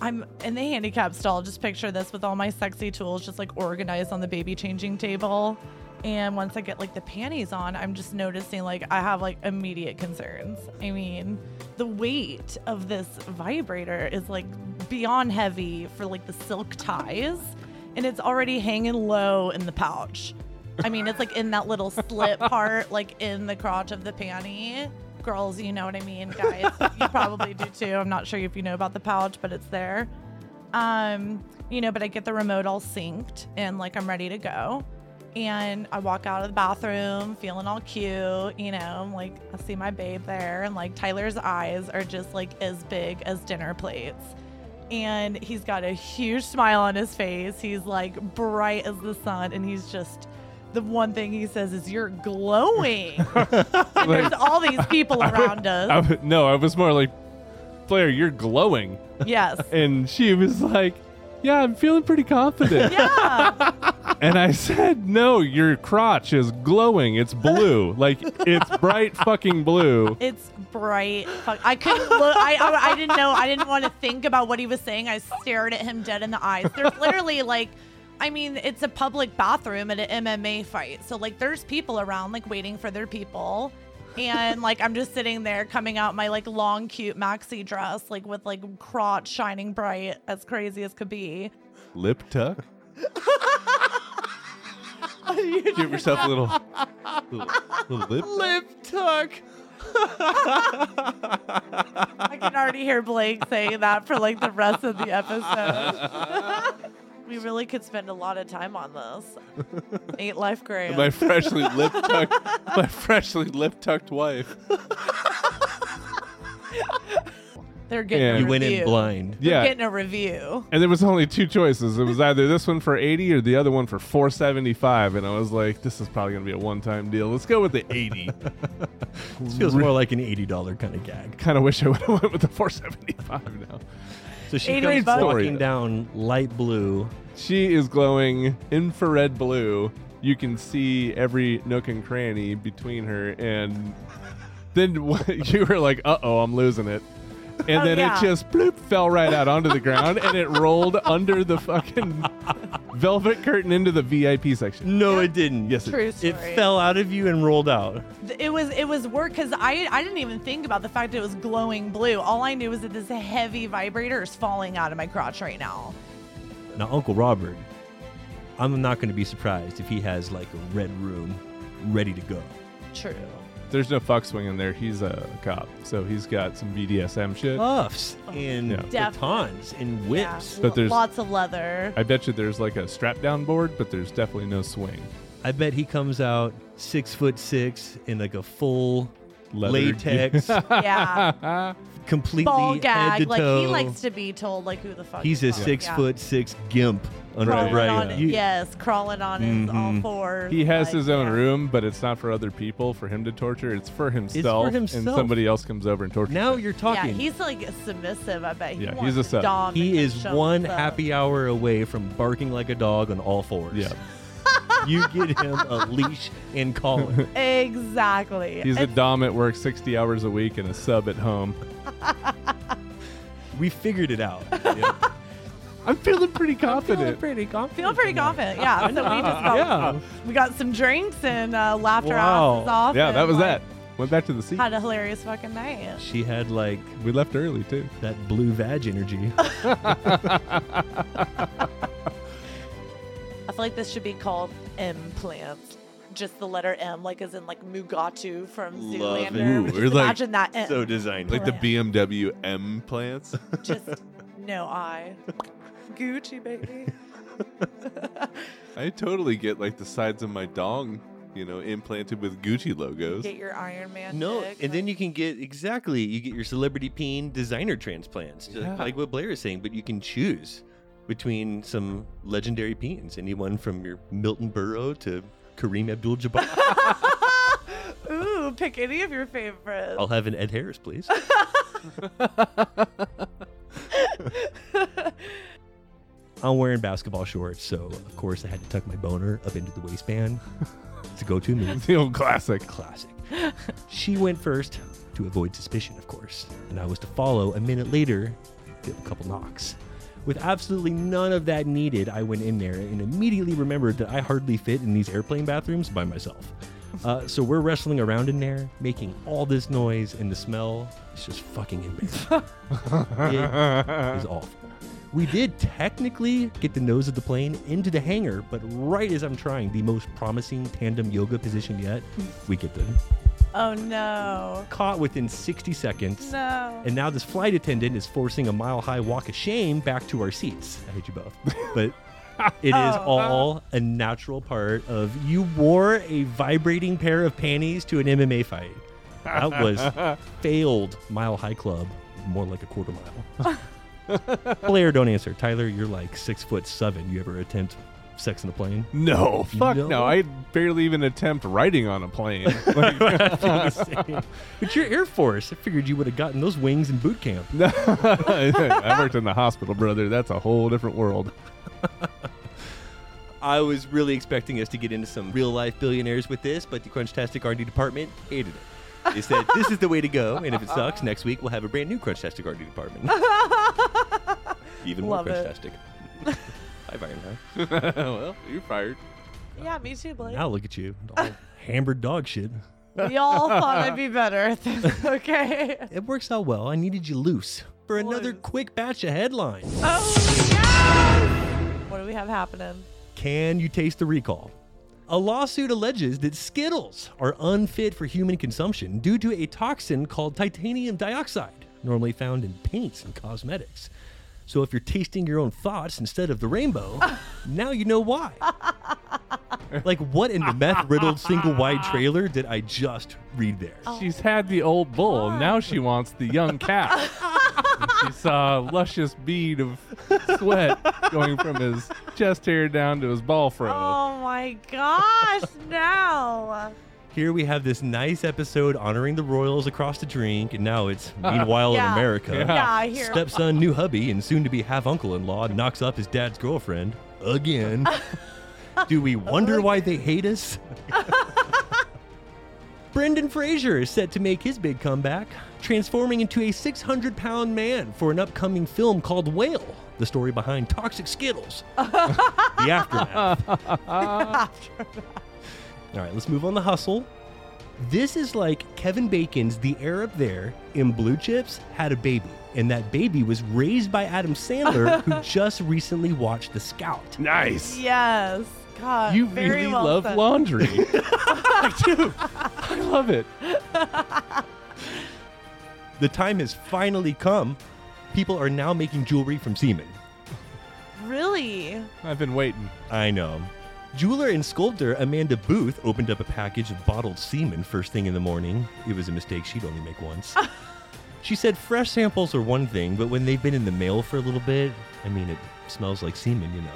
C: I'm in the handicap stall. Just picture this with all my sexy tools just like organized on the baby changing table. And once I get like the panties on, I'm just noticing like I have like immediate concerns. I mean, the weight of this vibrator is like beyond heavy for like the silk ties, and it's already hanging low in the pouch. I mean, it's like in that little slit part, like in the crotch of the panty. Girls, you know what I mean. Guys, you probably do too. I'm not sure if you know about the pouch, but it's there. Um, you know, but I get the remote all synced and like I'm ready to go. And I walk out of the bathroom feeling all cute, you know, I'm like I see my babe there and like Tyler's eyes are just like as big as dinner plates. And he's got a huge smile on his face. He's like bright as the sun and he's just the one thing he says is you're glowing. and there's all these people around us.
S: I w- no, I was more like, Blair, you're glowing.
C: Yes.
S: And she was like, Yeah, I'm feeling pretty confident. yeah. And I said, No, your crotch is glowing. It's blue. Like, it's bright fucking blue.
C: It's bright. Fuck. I couldn't look. I, I, I didn't know. I didn't want to think about what he was saying. I stared at him dead in the eyes. There's literally like, I mean, it's a public bathroom at an MMA fight. So, like, there's people around, like, waiting for their people. And, like, I'm just sitting there coming out my, like, long, cute maxi dress, like, with, like, crotch shining bright, as crazy as could be.
S: Lip tuck?
A: Give yourself a little, little, little lip.
C: Lip tuck. I can already hear Blake saying that for like the rest of the episode. we really could spend a lot of time on this. Ain't life great?
A: My freshly lip tucked, my freshly lip tucked wife.
C: They're getting. A
S: Yeah. You
C: review.
S: went in blind.
C: They're
S: Yeah.
C: getting a review.
S: And there was only two choices. It was either this one for 80 or the other one for 475. And I was like, this is probably going to be a one-time deal. Let's go with the 80.
B: This feels more like an $80 kind of gag.
S: Kind of wish I would have went with the 475 now.
B: So she
S: 80
B: comes
S: bucks.
B: walking down light blue.
S: She is glowing infrared blue. You can see every nook and cranny between her. And then you were like, uh oh, I'm losing it. And
A: Oh,
S: then
A: yeah.
S: it just bloop fell right out onto the ground and it rolled under the fucking velvet curtain into the VIP section.
B: No, it didn't.
S: Yes,
C: True
S: it
C: story.
B: It fell out of you and rolled out.
C: Th- It was it was work because I I didn't even think about the fact that it was glowing blue. All I knew was that this heavy vibrator is falling out of my crotch right now.
B: Now, Uncle Robert, I'm not going to be surprised if he has like a red room ready to go.
C: True.
S: There's no fuck swing in there. He's a cop, so he's got some BDSM shit.
B: Cuffs and
S: Yeah.
B: batons and whips.
S: But there's-
C: lots of leather.
S: I bet you there's like a strap down board, but there's definitely no swing.
B: I bet he comes out six foot six in like a full
S: Leather-
B: latex,
C: yeah.
B: completely
C: Ball
B: head to
C: gag. Like
B: toe.
C: he likes to be told like who the fuck.
B: He's
C: you
B: a
C: fuck,
B: six
C: yeah.
B: foot six gimp under
C: Crawling
B: the right.
C: on it.
S: You-
C: yes, crawling on his all
B: Mm-hmm.
S: Mhm.
C: fours.
S: He has
C: like,
S: his own
C: yeah.
S: room, but it's not for other people, for him to torture. It's for himself. And
B: himself.
S: somebody else comes over and tortures.
B: Now you're talking.
C: Yeah, he's like submissive. I bet. He
S: Yeah,
C: wants
S: he's a sub.
C: Dom and
B: he
C: can
B: is
C: shove
B: one
C: himself.
B: happy hour away from barking like a dog on all fours. Yeah. you get him a leash and collar.
C: Exactly.
S: He's a
C: It's-
S: dom at work 60 hours a week and a sub at home.
B: we figured it out.
S: I'm feeling pretty confident.
B: pretty confident.
C: Feel pretty confident. Yeah. So we just got,
S: Yeah.
C: we got some drinks and uh, laughed our asses
S: Wow.
C: off.
S: Yeah, that
C: and,
S: was
C: like,
S: that. Went back to the seat.
C: Had a hilarious fucking night.
B: She had like
S: we left early too.
B: That blue vag energy.
C: I feel like this should be called implants. just the letter M, like as in like Mugatu from
A: Love it.
C: Zoolander. Just
A: We're like
C: imagine that M.
A: Like the BMW M plants.
C: Just no I. Gucci baby.
A: I totally get like the sides of my dong, you know, implanted with Gucci logos.
C: Get your Iron Man.
B: No,
C: dick.
B: and then you can get exactly you get your celebrity peen designer transplants, just like-
A: Yeah.
B: like what Blair is saying. But you can choose between some legendary peens, anyone from your Milton Burrow to Kareem Abdul-Jabbar.
C: Ooh, pick any of your favorites.
B: I'll have an Ed Harris, please. I'm wearing basketball shorts, so of course I had to tuck my boner up into the waistband. It's a go-to move.
A: the old classic.
B: Classic. She went first to avoid suspicion, of course, and I was to follow a minute later to a couple knocks. With absolutely none of that needed, I went in there and immediately remembered that I hardly fit in these airplane bathrooms by myself. Uh, so we're wrestling around in there, making all this noise, and the smell is just fucking embarrassing. it is awful. We did technically get the nose of the plane into the hangar, but right as I'm trying the most promising tandem yoga position yet, we get the
C: Oh no.
B: caught within 60 seconds.
C: No.
B: And now this flight attendant is forcing a mile high walk of shame back to our seats. I hate you both. But it is
C: Oh.
B: all a natural part of you wore a vibrating pair of panties to an MMA fight. That was failed mile high club, more like a quarter mile. Blair, don't answer. Tyler, you're like six foot seven. You ever attempt sex in a plane?
A: No, fuck no. I barely even attempt riding on a plane. Like-
B: But you're Air Force. I figured you would have gotten those wings in boot camp.
A: I worked in the hospital, brother. That's a whole different world.
B: I was really expecting us to get into some real life billionaires with this, but the Crunchtastic R&D department hated it. They said this is the way to go, and if it sucks, next week we'll have a brand new Crunchtastic R&D department. Even more
C: Love it.
B: Crunchtastic. Hi, Ironheart.
A: well, you're fired.
C: Yeah, me too, Blake.
B: Now look at you, all hammered dog shit.
C: We all thought I'd be better at this. Okay.
B: It works out well. I needed you loose for another quick batch of headlines.
A: Oh,
C: What do we have happening?
B: Can you taste the recall? A lawsuit alleges that Skittles are unfit for human consumption due to a toxin called titanium dioxide, normally found in paints and cosmetics. So if you're tasting your own thoughts instead of the rainbow, now you know why. like, what in the meth riddled single wide trailer did I just read there?
S: She's had the old bull. Now she wants the young cat. And she saw a luscious bead of sweat going from his chest hair down to his ball fro.
C: Oh my gosh, now.
B: Here we have this nice episode honoring the royals across the drink, and now it's Meanwhile
C: Yeah.
B: in America.
C: Yeah, I hear-
B: Stepson, new hubby, and soon to be half uncle in law knocks up his dad's girlfriend again. Do we wonder why they hate us? Brendan Fraser is set to make his big comeback, transforming into a 600 pound man for an upcoming film called Whale, the story behind Toxic Skittles. the aftermath.
S: Uh,
B: All right, let's move on the hustle. This is like Kevin Bacon's The Arab There in Blue Chips had a baby, and that baby was raised by Adam Sandler, who just recently watched The Scout.
A: Nice.
C: Yes. God.
S: You
C: very
S: really
C: well
S: love
C: said.
S: laundry. I do. I love it.
B: The time has finally come. People are now making jewelry from semen.
C: Really?
B: I've been waiting. I know. Jeweler and sculptor Amanda Booth opened up a package of bottled semen first thing in the morning. It was a mistake she'd only make once. she said fresh samples are one thing, but when they've been in the mail for a little bit, I mean, it smells like semen, you know.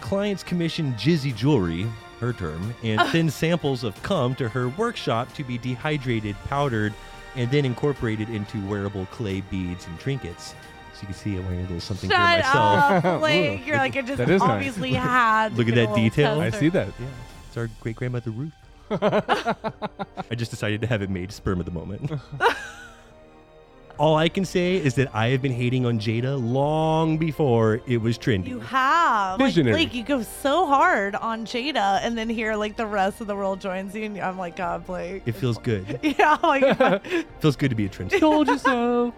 B: Clients commission jizzy jewelry, her term, and send samples of cum to her workshop to be dehydrated, powdered, and then incorporated into wearable clay beads and trinkets. So you can see I'm wearing a little something
C: Shut
B: here myself.
C: up, Blake. You're like, I just obviously had.
B: Look at
C: the
B: that
C: little
B: detail.
C: sensor.
B: Yeah. It's our great grandmother Ruth. I just decided to have it made sperm of the moment. All I can say is that I have been hating on Jada long before it was trendy.
C: You have. Like,
B: Visionary.
C: Blake, you go so hard on Jada, and then here, like, the rest of the world joins you, and I'm like, God, Blake.
B: it feels good.
C: Yeah, I'm like,
B: Feels good to be a trendsetter.
S: Told you so.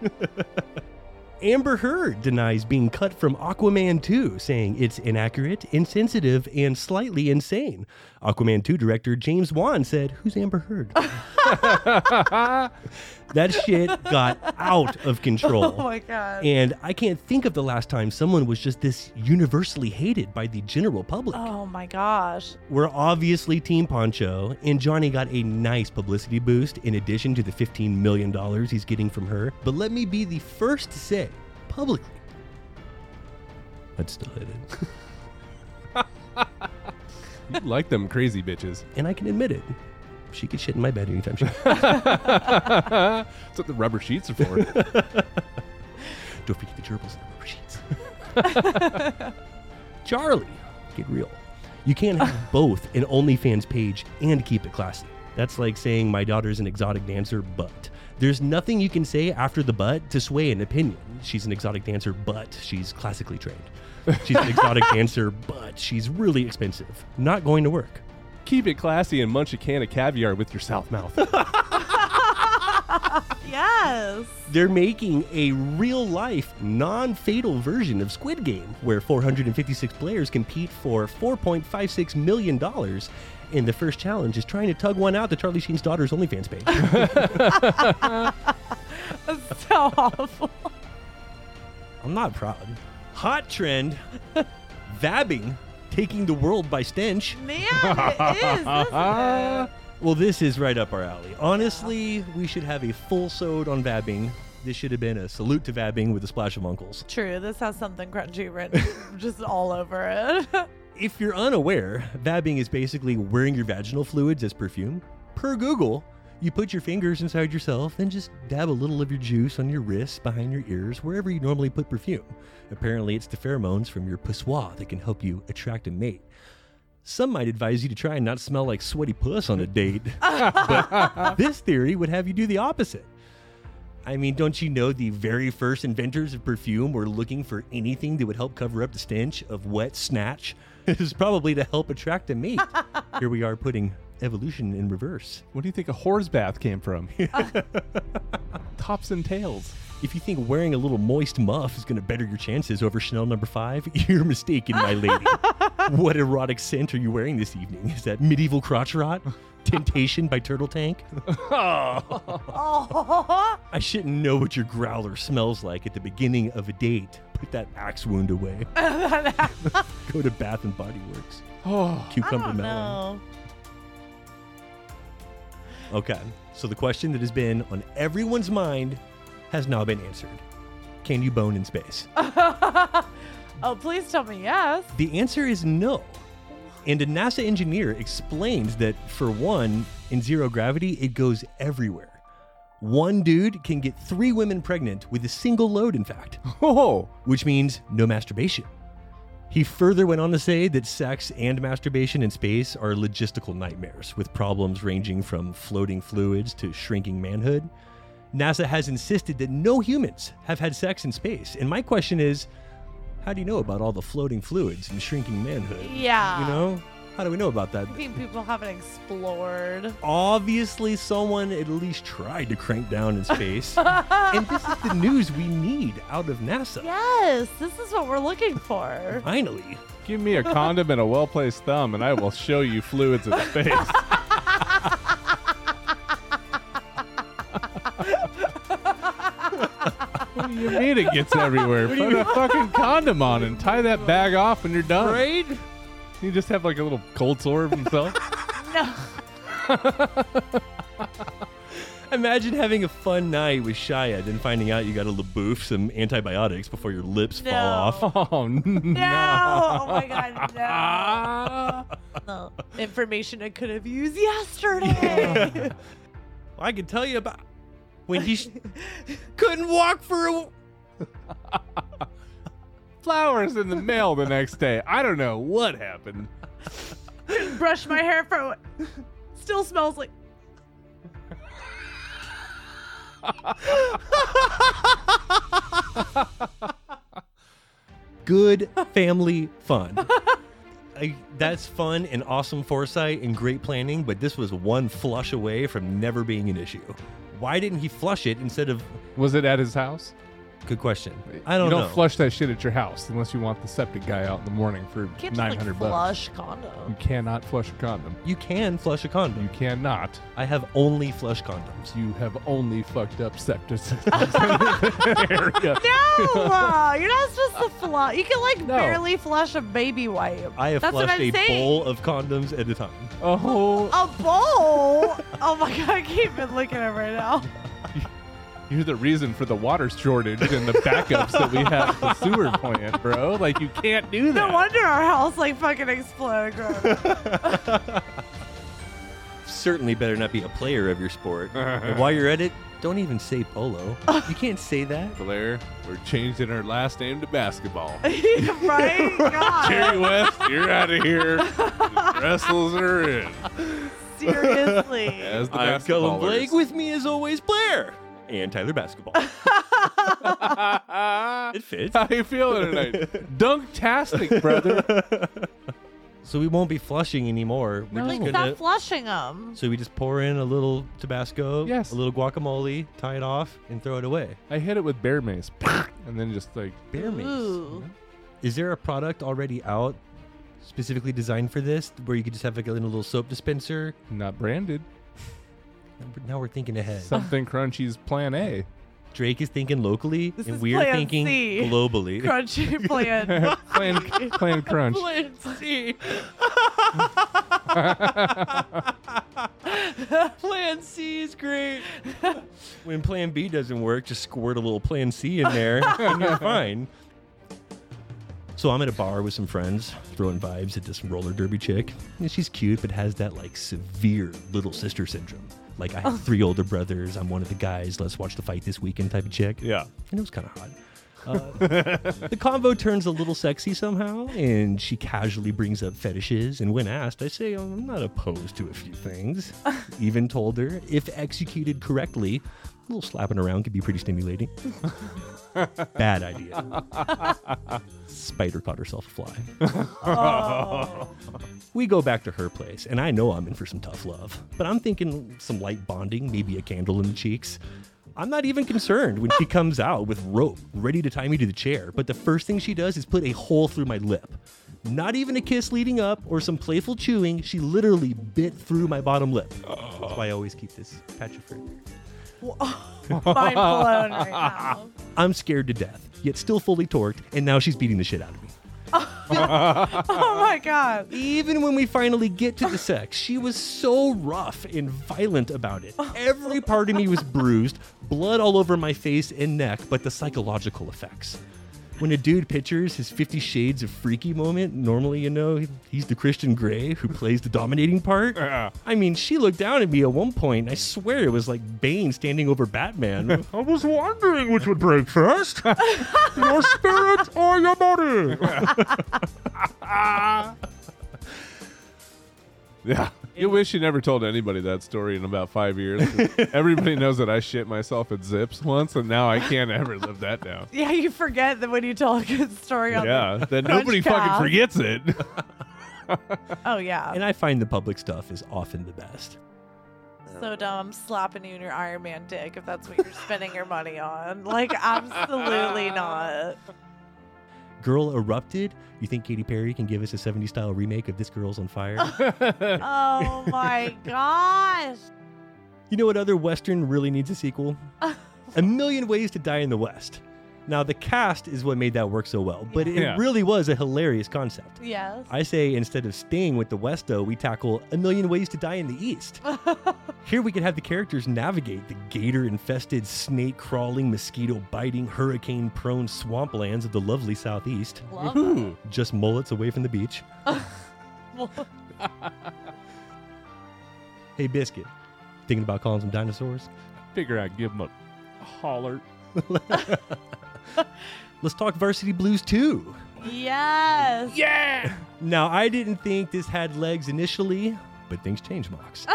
B: Amber Heard denies being cut from Aquaman 2, saying it's inaccurate, insensitive, and slightly insane. Aquaman 2 director James Wan said, Who's Amber Heard? that shit got out of control.
C: Oh my God.
B: And I can't think of the last time someone was just this universally hated by the general public.
C: Oh my gosh.
B: We're obviously Team Poncho, and Johnny got a nice publicity boost in addition to the $15 million he's getting from her. But let me be the first to say publicly I'd still hit it.
A: You like them crazy bitches.
B: And I can admit it. She could shit in my bed anytime she
A: That's what the rubber sheets are for.
B: Don't forget the gerbils in the rubber sheets. Charlie, get real. You can't have both an OnlyFans page and keep it classy. That's like saying my daughter's an exotic dancer, but there's nothing you can say after the but to sway an opinion. She's an exotic dancer, but she's classically trained. She's an exotic dancer, but she's really expensive. Not going to work.
A: Keep it classy and munch a can of caviar with your south mouth.
C: Yes.
B: They're making a real life, non fatal version of Squid Game, where 456 players compete for $4.56 million. And the first challenge is trying to tug one out to Charlie Sheen's daughter's OnlyFans page.
C: That's so awful.
B: I'm not proud. Hot trend vabbing, taking the world by stench.
C: Man, it is, isn't it?
B: Well, this is right up our alley. Honestly, we should have a full sode on vabbing. This should have been a salute to vabbing with a splash of uncles.
C: True, this has something crunchy written just all over it.
B: If you're unaware, vabbing is basically wearing your vaginal fluids as perfume. Per Google, you put your fingers inside yourself, then just dab a little of your juice on your wrists, behind your ears, wherever you normally put perfume. Apparently, it's the pheromones from your pissoir that can help you attract a mate. Some might advise you to try and not smell like sweaty puss on a date, but this theory would have you do the opposite. I mean, don't you know the very first inventors of perfume were looking for anything that would help cover up the stench of wet snatch? It was probably to help attract a mate. Here we are putting evolution in reverse.
A: What do you think a whore's bath came from? Tops and tails.
B: If you think wearing a little moist muff is going to better your chances over Chanel number five, you're mistaken, my lady. what erotic scent are you wearing this evening? Is that medieval crotch rot? Temptation by Turtle Tank?
C: Oh.
B: I shouldn't know what your growler smells like at the beginning of a date. Put that axe wound away. Go to Bath and Body Works.
A: Oh,
B: Cucumber melon.
C: No.
B: Okay, so the question that has been on everyone's mind has now been answered. Can you bone in space?
C: Oh, please tell me yes.
B: The answer is no. And a NASA engineer explains that, for one, in zero gravity, it goes everywhere. One dude can get three women pregnant with a single load, in fact. Oh! Which means no masturbation. He further went on to say that sex and masturbation in space are logistical nightmares, with problems ranging from floating fluids to shrinking manhood. NASA has insisted that no humans have had sex in space. And my question is how do you know about all the floating fluids and shrinking manhood?
C: Yeah.
B: You know? How do we know about that?
C: I think people haven't explored.
B: Obviously, someone at least tried to crank down in space. and this is the news we need out of NASA.
C: Yes, this is what we're looking for.
B: Finally.
A: Give me a condom and a well placed thumb, and I will show you fluids in space. what do you mean it gets everywhere?
S: What do
A: Put
S: you-
A: a fucking condom on and tie that bag off, and you're done.
S: Right?
A: You just have like a little cold sore of himself.
C: No.
B: Imagine having a fun night with Shia, then finding out you got to LaBouffe some antibiotics before your lips fall off.
A: Oh, no.
C: No. Oh my God. No. no. Information I could have used yesterday.
B: I can tell you about when he sh- couldn't walk for a.
A: Flowers in the mail the next day. I don't know what happened.
C: Brush my hair for. Still smells like.
B: Good family fun. I, that's fun and awesome foresight and great planning, but this was one flush away from never being an issue. Why didn't he flush it instead of.
A: Was it at his house?
B: Good question. I don't
S: you don't
B: know.
S: flush that shit at your house unless you want the septic guy out in the morning for
D: Can't just, like,
S: 900
D: flush
S: bucks.
D: condom.
S: You cannot flush a condom.
B: You can flush a condom.
S: You cannot.
B: I have only flush condoms.
S: You have only fucked up septic.
D: No, uh, you're not supposed to flush. You can like barely flush a baby wipe.
B: I have
D: That's what
B: flushed
D: I'm
B: a
D: saying.
B: bowl of condoms at a time.
S: Oh,
D: A bowl? oh my god, I can't even look at it right now.
S: You're the reason for the water shortage and the backups that we have at the sewer plant, bro. Like you can't do
D: No
S: that.
D: wonder our house like fucking exploded. growing up.
B: Certainly better not be a player of your sport. and while you're at it, don't even say polo. You can't say that.
A: Blair, we're changing our last name to basketball.
D: right? God.
A: Jerry West, you're out of here. Wrestles are in.
D: Seriously.
A: As the
B: I'm Cullen
A: basketballers.
B: Blake. With me as always, Blair and Tyler Basketball.
D: Uh-huh.
B: it fits.
S: How you feeling tonight? Dunktastic, brother.
B: So we won't be flushing anymore. We're
D: Like
B: just
D: stop
B: gonna.
D: flushing them.
B: So we just pour in a little Tabasco,
S: Yes.
B: a little guacamole, tie it off, and throw it away.
S: I hit it with bear mace, and then just like
B: bear Is there a product already out specifically designed for this where you could just have like a little soap dispenser?
S: Not branded.
B: Now we're thinking ahead.
S: Something Crunchy's Plan A.
B: Drake is thinking locally, and
D: is
B: we're
D: plan
B: thinking
D: C.
B: globally.
D: Crunchy plan.
S: plan, plan crunch.
D: Plan C.
B: plan C is great. When Plan B doesn't work, just squirt a little Plan C in there, and you're fine. So I'm at a bar with some friends, throwing vibes at this roller derby chick. And she's cute, but has that like severe little sister syndrome. Like I have three older brothers. I'm one of the guys. Let's watch the fight this weekend type of chick. Yeah, and it was kind of hot. Uh, the convo turns a little sexy somehow, and she casually brings up fetishes. And when asked, I say, oh, I'm not opposed to a few things. Even told her, if executed correctly, a little slapping around could be pretty stimulating. Bad idea. Spider caught herself a fly. We go back to her place, and I know I'm in for some tough love, but I'm thinking some light bonding, maybe a candle in the cheeks. I'm not even concerned when she comes out with rope ready to tie me to the chair, but the first thing she does is put a hole through my lip. Not even a kiss leading up or some playful chewing, she literally bit through my bottom lip. That's why I always keep this patch of fur.
D: Mind blown right now.
B: I'm scared to death, yet still fully torqued, and now she's beating the shit out of me.
D: Oh my god.
B: Even when we finally get to the sex, she was so rough and violent about it. Every part of me was bruised, blood all over my face and neck, but the psychological effects. When a dude pictures his 50 Shades of Freaky moment, normally, you know, he's the Christian Grey who plays the dominating part. I mean, she looked down at me at one point, and I swear it was like Bane standing over Batman. I was wondering which would break first your spirit or your body.
S: Yeah. You wish you never told anybody that story in about five years. Everybody knows that I shit myself at Zips once, and now I can't ever live that down.
D: Yeah, you forget that when you tell a good story on
S: Yeah,
D: the
S: that nobody fucking
D: Crunchcast.
S: forgets it.
D: Oh yeah.
B: And I find the public stuff is often the best. Oh.
D: so dumb. I'm slapping you in your Iron Man dick if that's what you're spending your money on. Like absolutely not.
B: Girl Erupted. You think Katy Perry can give us a 70s style remake of This Girl's on Fire?
D: Oh my gosh.
B: you know what other Western really needs a sequel? a Million Ways to Die in the West. Now, the cast is what made that work so well, but it
D: Yeah.
B: really was a hilarious concept.
D: Yes.
B: I say instead of staying with the West, though, we tackle a million ways to die in the East. Here we could have the characters navigate the gator infested, snake crawling, mosquito biting, hurricane prone swamplands of the lovely Southeast.
D: Love
B: Just mullets away from the beach. Hey, Biscuit, thinking about calling some dinosaurs?
S: Figure I'd give him a holler.
B: Let's talk Varsity Blues 2.
D: Yes.
S: Yeah.
B: Now, I didn't think this had legs initially, but things change, Mox.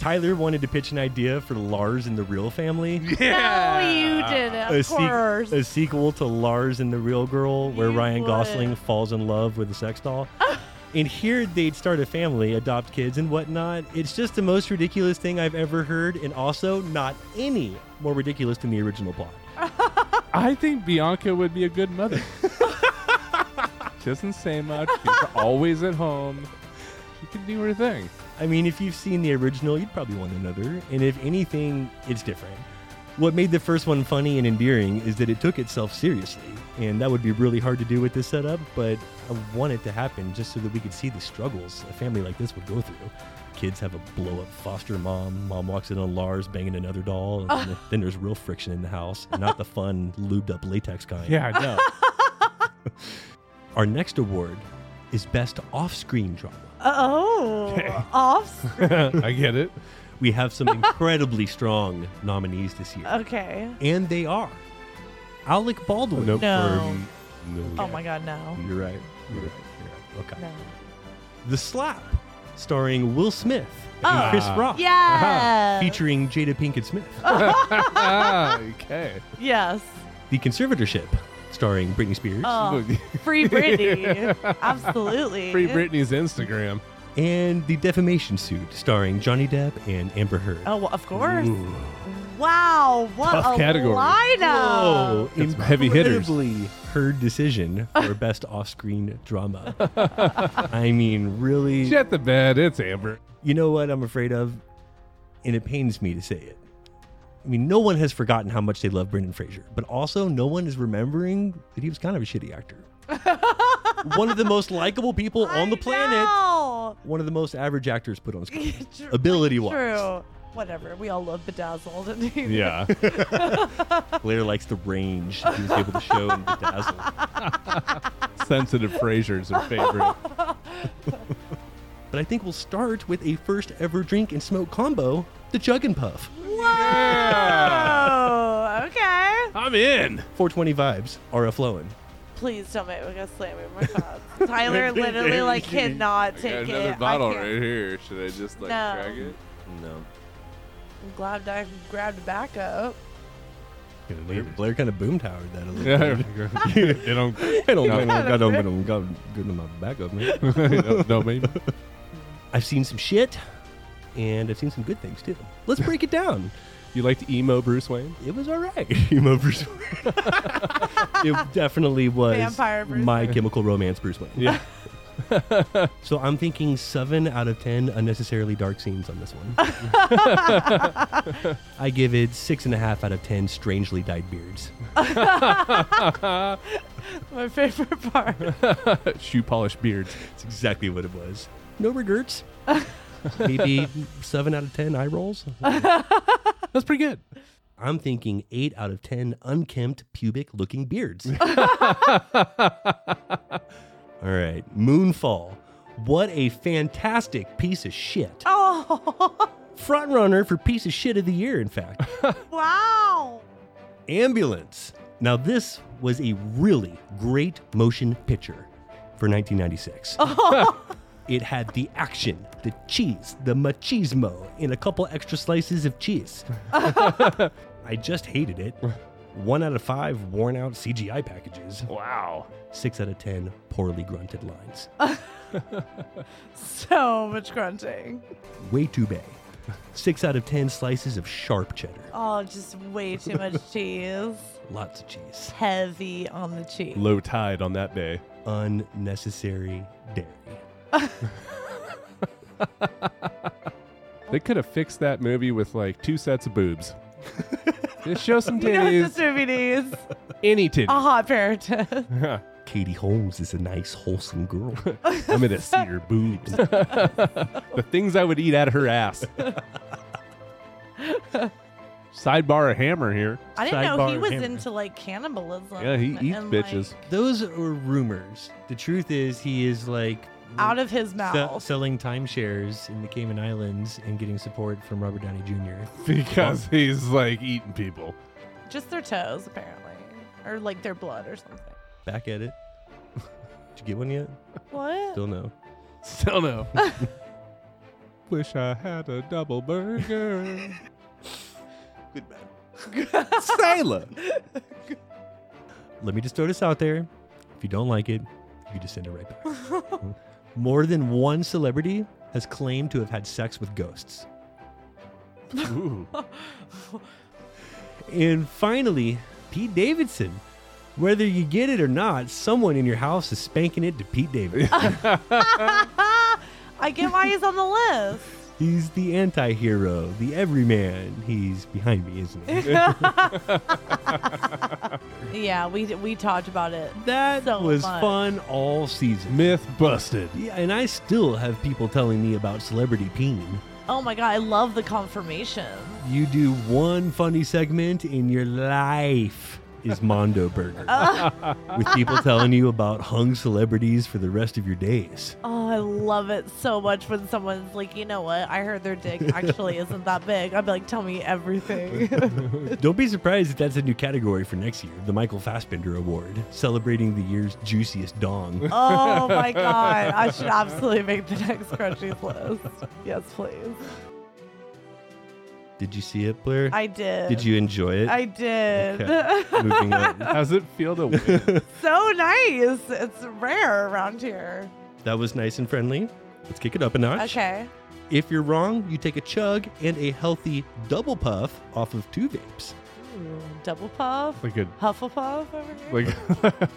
B: Tyler wanted to pitch an idea for Lars and the Real Family.
D: No, you didn't. Of
B: a, se-
D: course.
B: a sequel to Lars and the Real Girl, where Ryan Gosling falls in love with a sex doll. And here they'd start a family, adopt kids and whatnot. It's just the most ridiculous thing I've ever heard, and also not any more ridiculous than the original plot.
S: I think Bianca would be a good mother. Doesn't say much. She's always at home. She can do her thing.
B: I mean, if you've seen the original, you'd probably want another. And if anything, it's different. What made the first one funny and endearing is that it took itself seriously. And that would be really hard to do with this setup, but I want it to happen just so that we could see the struggles a family like this would go through. Kids have a blow up foster mom. Mom walks in on Lars banging another doll. And then, then there's real friction in the house, and not the fun, lubed up latex kind.
S: Yeah, I know.
B: Our next award is Best Off Screen Drama.
C: Oh, off.
S: I get it.
B: We have some incredibly strong nominees this year.
C: Okay.
B: And they are Alec Baldwin.
C: nope. No. Oh my God, no.
B: You're right. You're right. You're right. Okay. The Slap, starring Will Smith and
C: Oh,
B: Chris Rock.
C: yes.
B: Featuring Jada Pinkett Smith.
S: okay.
C: Yes.
B: The Conservatorship, starring Britney Spears.
C: Oh, free Britney. Absolutely.
S: Britney's Instagram.
B: And The Defamation Suit, starring Johnny Depp and Amber Heard.
C: Oh, well, of course.
B: Ooh.
C: Wow, what
B: Tough
C: a
B: category.
C: lineup.
B: Whoa, heavy hitters. Heard decision for best off-screen drama. I mean, really.
S: Shut the bed. It's Amber.
B: You know what I'm afraid of, and it pains me to say it. I mean, no one has forgotten how much they love Brendan Fraser, but also no one is remembering that he was kind of a shitty actor. one of the most likable people on the planet.
C: Oh,
B: One of the most average actors put on screen,
C: True-
B: ability-wise.
C: true. Whatever. We all love bedazzled. And
B: Yeah. Blair likes the range he was able to show and bedazzle.
S: Sensitive Frasier's her favorite.
B: But I think we'll start with a first ever drink and smoke combo, the Jug and Puff.
C: Whoa. okay.
S: I'm in.
B: 420 vibes are a flowing.
C: Please don't make me go slamming my thoughts. Tyler literally like cannot
X: I
C: take
X: got
C: it.
X: another
C: I
X: bottle
C: can't-
X: right here. Should I just like
C: No.
X: drag it?
B: No.
C: I'm glad I grabbed backup.
B: Blair, Blair kind of boom towered that a little
S: Yeah.
B: bit.
S: They don't-
B: I don't,
S: No.
B: I don't, I don't, I don't, I don't good on my backup, man.
S: No, no, maybe.
B: I've seen some shit, and I've seen some good things too. Let's break it down.
S: You liked emo Bruce Wayne?
B: It was all right. emo Bruce Wayne. it definitely was
C: Vampire Bruce
B: my
C: Wayne.
B: chemical romance Bruce Wayne.
S: Yeah.
B: so I'm thinking seven out of ten unnecessarily dark scenes on this one. I give it six and a half out of ten strangely dyed beards.
C: My favorite part.
S: Shoe polish beards.
B: That's exactly what it was. No regrets. Maybe seven out of ten eye rolls.
S: That's pretty good.
B: I'm thinking eight out of ten unkempt pubic looking beards. All right, Moonfall. What a fantastic piece of shit.
C: Oh,
B: Front runner for piece of shit of the year, in fact.
C: wow.
B: Ambulance. Now, this was a really great motion picture for 1996. it had the action, the cheese, the machismo, and a couple extra slices of cheese. I just hated it. One out of five worn out CGI packages.
S: Wow.
B: Six out of 10 poorly grunted lines.
C: So much grunting.
B: Way too bay. Six out of 10 slices of sharp cheddar.
C: Oh, just way too much cheese.
B: Lots of cheese.
C: Heavy on the cheese.
S: Low tide on that day.
B: Unnecessary dairy.
S: They could have fixed that movie with like two sets of boobs. Just show some
C: You know what
S: titties.
C: this movie needs?
S: Any titty.
C: A hot pair of tits.
B: Katie Holmes is a nice, wholesome girl.
S: I'm gonna see her boobs. the things I would eat out of her ass. Sidebar a hammer here.
C: I didn't know he was into like cannibalism.
S: Yeah, he eats
C: and,
S: bitches.
C: like,
B: Those are rumors. The truth is, he is like
C: out of his
B: se-
C: mouth.
B: selling timeshares in the Cayman Islands and getting support from Robert Downey Jr.
S: Because he's like eating people.
C: Just their toes, apparently. Or like their blood or something.
B: Back at it. Did you get one yet?
C: What?
B: Still no.
S: Still no. Wish I had a double burger.
B: Good
C: man.
B: Sailor. Let me just throw this out there. If you don't like it, you just send it right back. More than one celebrity has claimed to have had sex with ghosts. Ooh. and finally, Pete Davidson. Whether you get it or not, someone in your house is spanking it to Pete Davidson.
C: I get why he's on the list.
B: He's the anti hero, the everyman. He's behind me, isn't he?
C: Yeah, we we talked about it.
B: That
C: so
B: was
C: much.
B: fun all season. Myth busted. Yeah, and I still have people telling me about celebrity peen.
C: Oh my god, I love the confirmation.
B: You do one funny segment in your life is Mondo Burger. With people telling you about hung celebrities for the rest of your days.
C: Oh, I love it so much when someone's like, you know what? I heard their dick actually isn't that big. I'd be like, tell me everything.
B: Don't be surprised if that's a new category for next year, the Michael Fassbender Award, celebrating the year's juiciest dong.
C: oh my god, I should absolutely make the next crunchies list. Yes, please.
B: Did you see it, Blair?
C: I did.
B: Did you enjoy it?
C: I did.
B: Okay. Moving on.
S: How's it feel to win?
C: so nice. It's rare around here.
B: That was nice and friendly. Let's kick it up a notch.
C: Okay.
B: If you're wrong, you take a chug and a healthy double puff off of two vapes.
C: Ooh, Mm, double puff.
S: Like a-
C: Hufflepuff over here.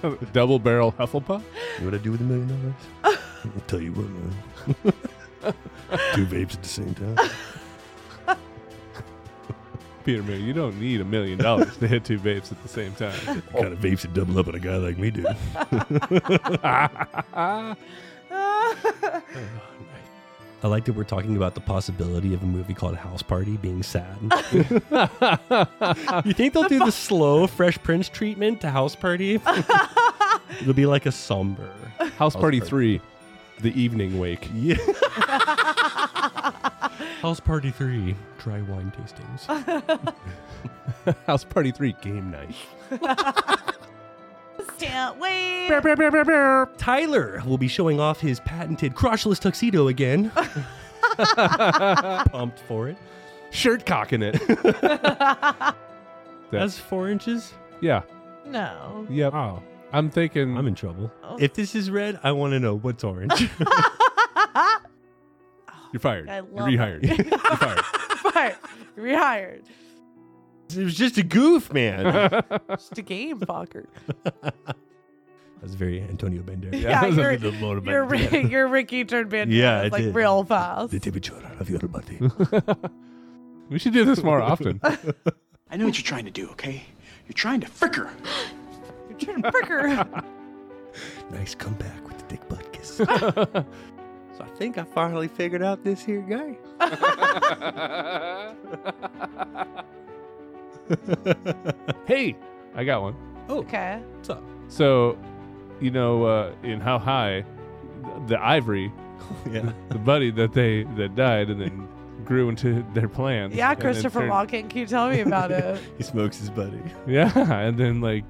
S: like double barrel Hufflepuff?
B: You know what I do with a million dollars? I'll tell you what, man. two vapes at the same time.
S: Peter Mayer, you don't need a million dollars to hit two vapes at the same time.
B: What kind of vapes would double up on a guy like me, dude? I like that we're talking about the possibility of a movie called House Party being sad. you think they'll do the slow Fresh Prince treatment to House Party? It'll be like a somber
S: House Party 3, The Evening Wake.
B: Yeah. House Party 3, dry wine tastings.
S: House Party 3, game night.
C: Can't wait.
B: Tyler will be showing off his patented crotchless tuxedo again. Pumped for it.
S: Shirt cocking it.
B: That's four inches?
S: Yeah.
C: No.
S: Yep. Oh. I'm thinking. I'm
B: in trouble. If this is red, I want to know what's orange.
S: You're fired.
C: I
S: You're
C: love
S: rehired.
C: it.
S: You're fired.
C: Fired. Rehired.
B: It was just a goof, man.
C: Just a game, fucker.
B: That's very Antonio Banderas.
C: Yeah, you're,
B: the Lord of
C: you're,
B: Banderas.
C: Rick- you're Ricky turned Banderas
B: Yeah, I
C: like
B: did.
C: real fast.
B: The temperature of your body.
S: we should do this more often.
P: I know what you're trying to do, okay? You're trying to frick her.
C: Fricker.
B: nice comeback with the dick butt kiss. so I think I finally figured out this here guy.
S: hey, I got one.
B: Oh.
C: Okay.
B: What's up?
S: So, you know, uh, in How High, the ivory,
B: yeah.
S: the buddy that they that died and then grew into their plans.
C: Yeah,
S: and then
C: Christopher
S: turned-
C: Walken, can you tell me about it?
B: He smokes his buddy.
S: Yeah, and then like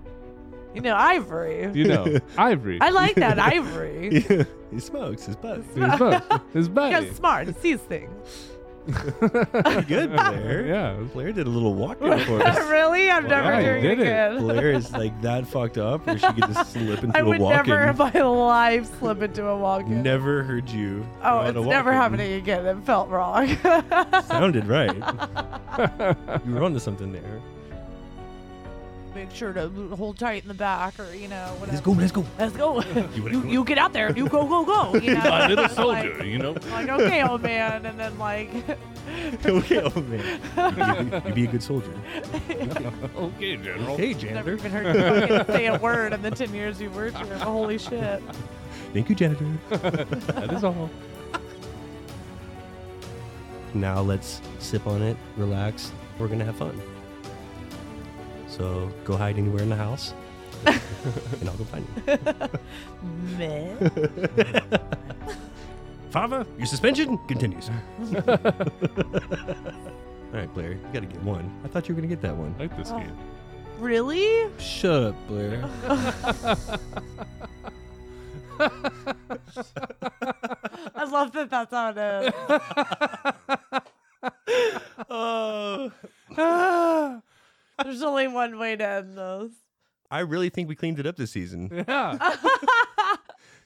C: You know, Ivory.
S: you know, ivory.
C: I like that Ivory.
B: he smokes his buddy.
S: His buddy. His buddy.
C: He's smart. He sees things.
B: Pretty good, Blair.
S: yeah.
B: Blair did a little walkthrough for us.
C: really? I'm never doing it again.
B: Blair is like that fucked up where she could just slip into
C: I
B: a
C: would
B: walk
C: never in my life slip into a walk-in.
B: Never heard you.
C: Oh,
B: on
C: it's
B: a
C: never
B: walk-in.
C: happening again. It felt wrong.
B: Sounded right. you were onto something there.
C: Make sure to hold tight in the back, or you know, whatever.
B: go, let's go.
C: Let's go.
B: You
C: You, you get out there. You go, go, go. You know?
B: My little
C: It's
B: soldier,
C: like-
B: you know?
C: it's Like okay, old man, and then like.
B: okay, oh man. You'd be, you'd be a good soldier.
S: okay, General.
B: Okay,
C: Never
B: janitor.
C: even heard you fucking say a word in the ten years you worked here. but Holy shit.
B: Thank you, janitor.
S: that is all.
B: Now let's sip on it, relax. We're gonna have fun. So go hide anywhere in the house, and I'll go find you.
C: Meh.
B: Fava, your suspension continues. All right, Blair, you gotta get one. I thought you were gonna get that one.
S: I like this
C: game. Oh. Really?
B: Shut up, Blair.
C: I love that that's how it is.
S: oh.
C: There's only one way to end those. Oh,
B: I really think we cleaned it up this season.
S: Yeah.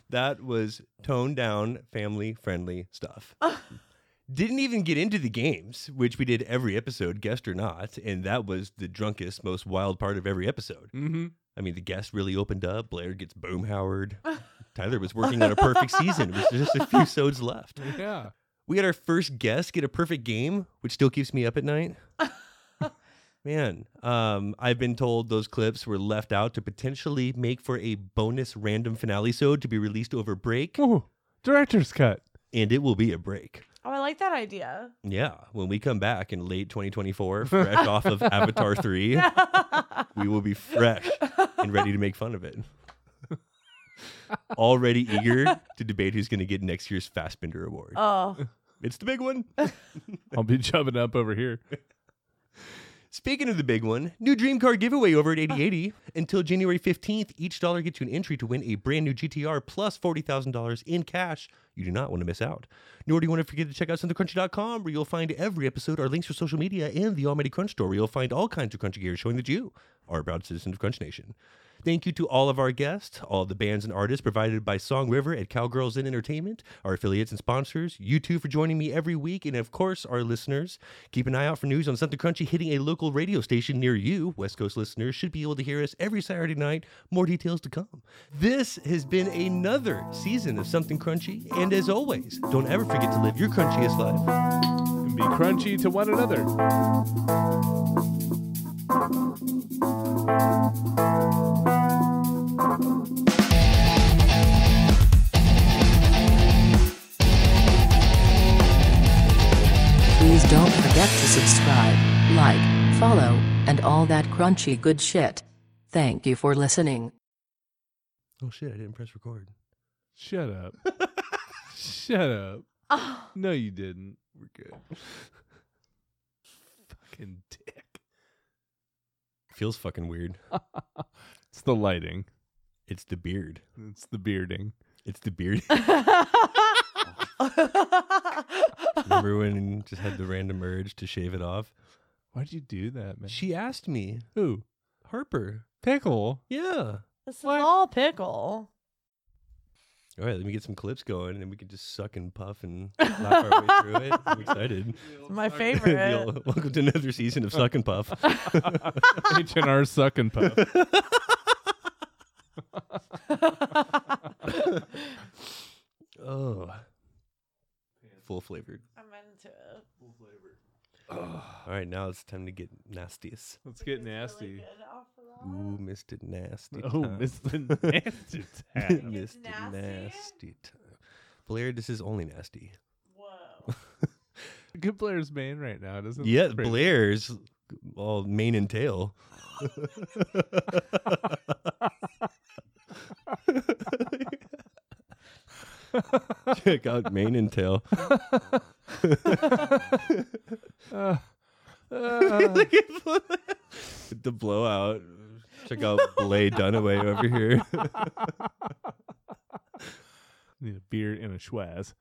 B: That was toned down, family friendly stuff. Didn't even get into the games, which we did every episode, guest or not. And that was the drunkest, most wild part of every episode.
A: Mm-hmm.
B: I mean, the guest really opened up. Blair gets boom Howard. Tyler was working on a perfect season. It was just a few sodes left.
A: Yeah.
B: We had our first guest get a perfect game, which still keeps me up at night. Man, um, I've been told those clips were left out to potentially make for a bonus random finale sode to be released over break.
S: director's cut.
B: And it will be a break.
D: Oh, I like that idea.
B: Yeah. When we come back in late 2024, fresh off of Avatar 3, we will be fresh and ready to make fun of it. Already eager to debate who's going to get next year's Fastbender Award.
D: Oh.
B: It's the big one.
S: I'll be chubbing up over here.
B: Speaking of the big one, new dream car giveaway
S: Ah.
B: over at 8080. Until January 15th, each dollar gets you an entry to win a brand new GTR plus $40,000 in cash. You do not want to miss out. Nor do you want to forget to check out SomethingCrunchy.com, where you'll find every episode, our links for social media, and the Almighty Crunch Store, where you'll find all kinds of crunchy gear showing that you are a proud citizen of Crunch Nation. Thank you to all of our guests, all the bands and artists provided by Song River at Cowgirls In Entertainment, our affiliates and sponsors, you two for joining me every week, and of course, our listeners. Keep an eye out for news on Something Crunchy hitting a local radio station near you. West Coast listeners should be able to hear us every Saturday night. More details to come. This has been another season of Something Crunchy, and as always, don't ever forget to live your crunchiest life.
S: And be crunchy to one another.
E: Please don't forget to subscribe, like, follow, and all that crunchy good shit. Thank you for listening.
B: Oh shit, I didn't press record.
S: Shut up. Shut up. No, you didn't. We're good. Fucking dick.
B: Feels fucking weird.
S: it's the lighting.
B: It's the beard.
S: It's the bearding.
B: It's the beard. Remember when you just had the random urge to shave it off?
S: Why'd you do that, man?
B: She asked me.
S: Who?
B: Harper.
S: Pickle.
B: Yeah.
D: This is all pickle.
B: All right, let me get some clips going, and we can just suck and puff and laugh our way through it. I'm excited.
D: My
B: The
D: favorite.
B: old- Welcome to another season of Suck and Puff.
S: H&R Suck and Puff.
B: oh, full flavored.
D: I'm into it. Full flavor.
B: All right, now it's time to get nastiest.
S: Let's get nasty.
B: Ooh, missed it nasty.
S: Oh,
B: time.
S: missed the nasty time.
B: missed it nasty time. Blair, this is only nasty.
S: Good Blair's main right now, doesn't
B: yeah,
S: it? Pretty-
B: Blair's all mane and tail. Check out mane and tail.
S: Uh, uh,
B: With the blowout. Check out Blay Dunaway over here.
S: need a beer and a schwaz.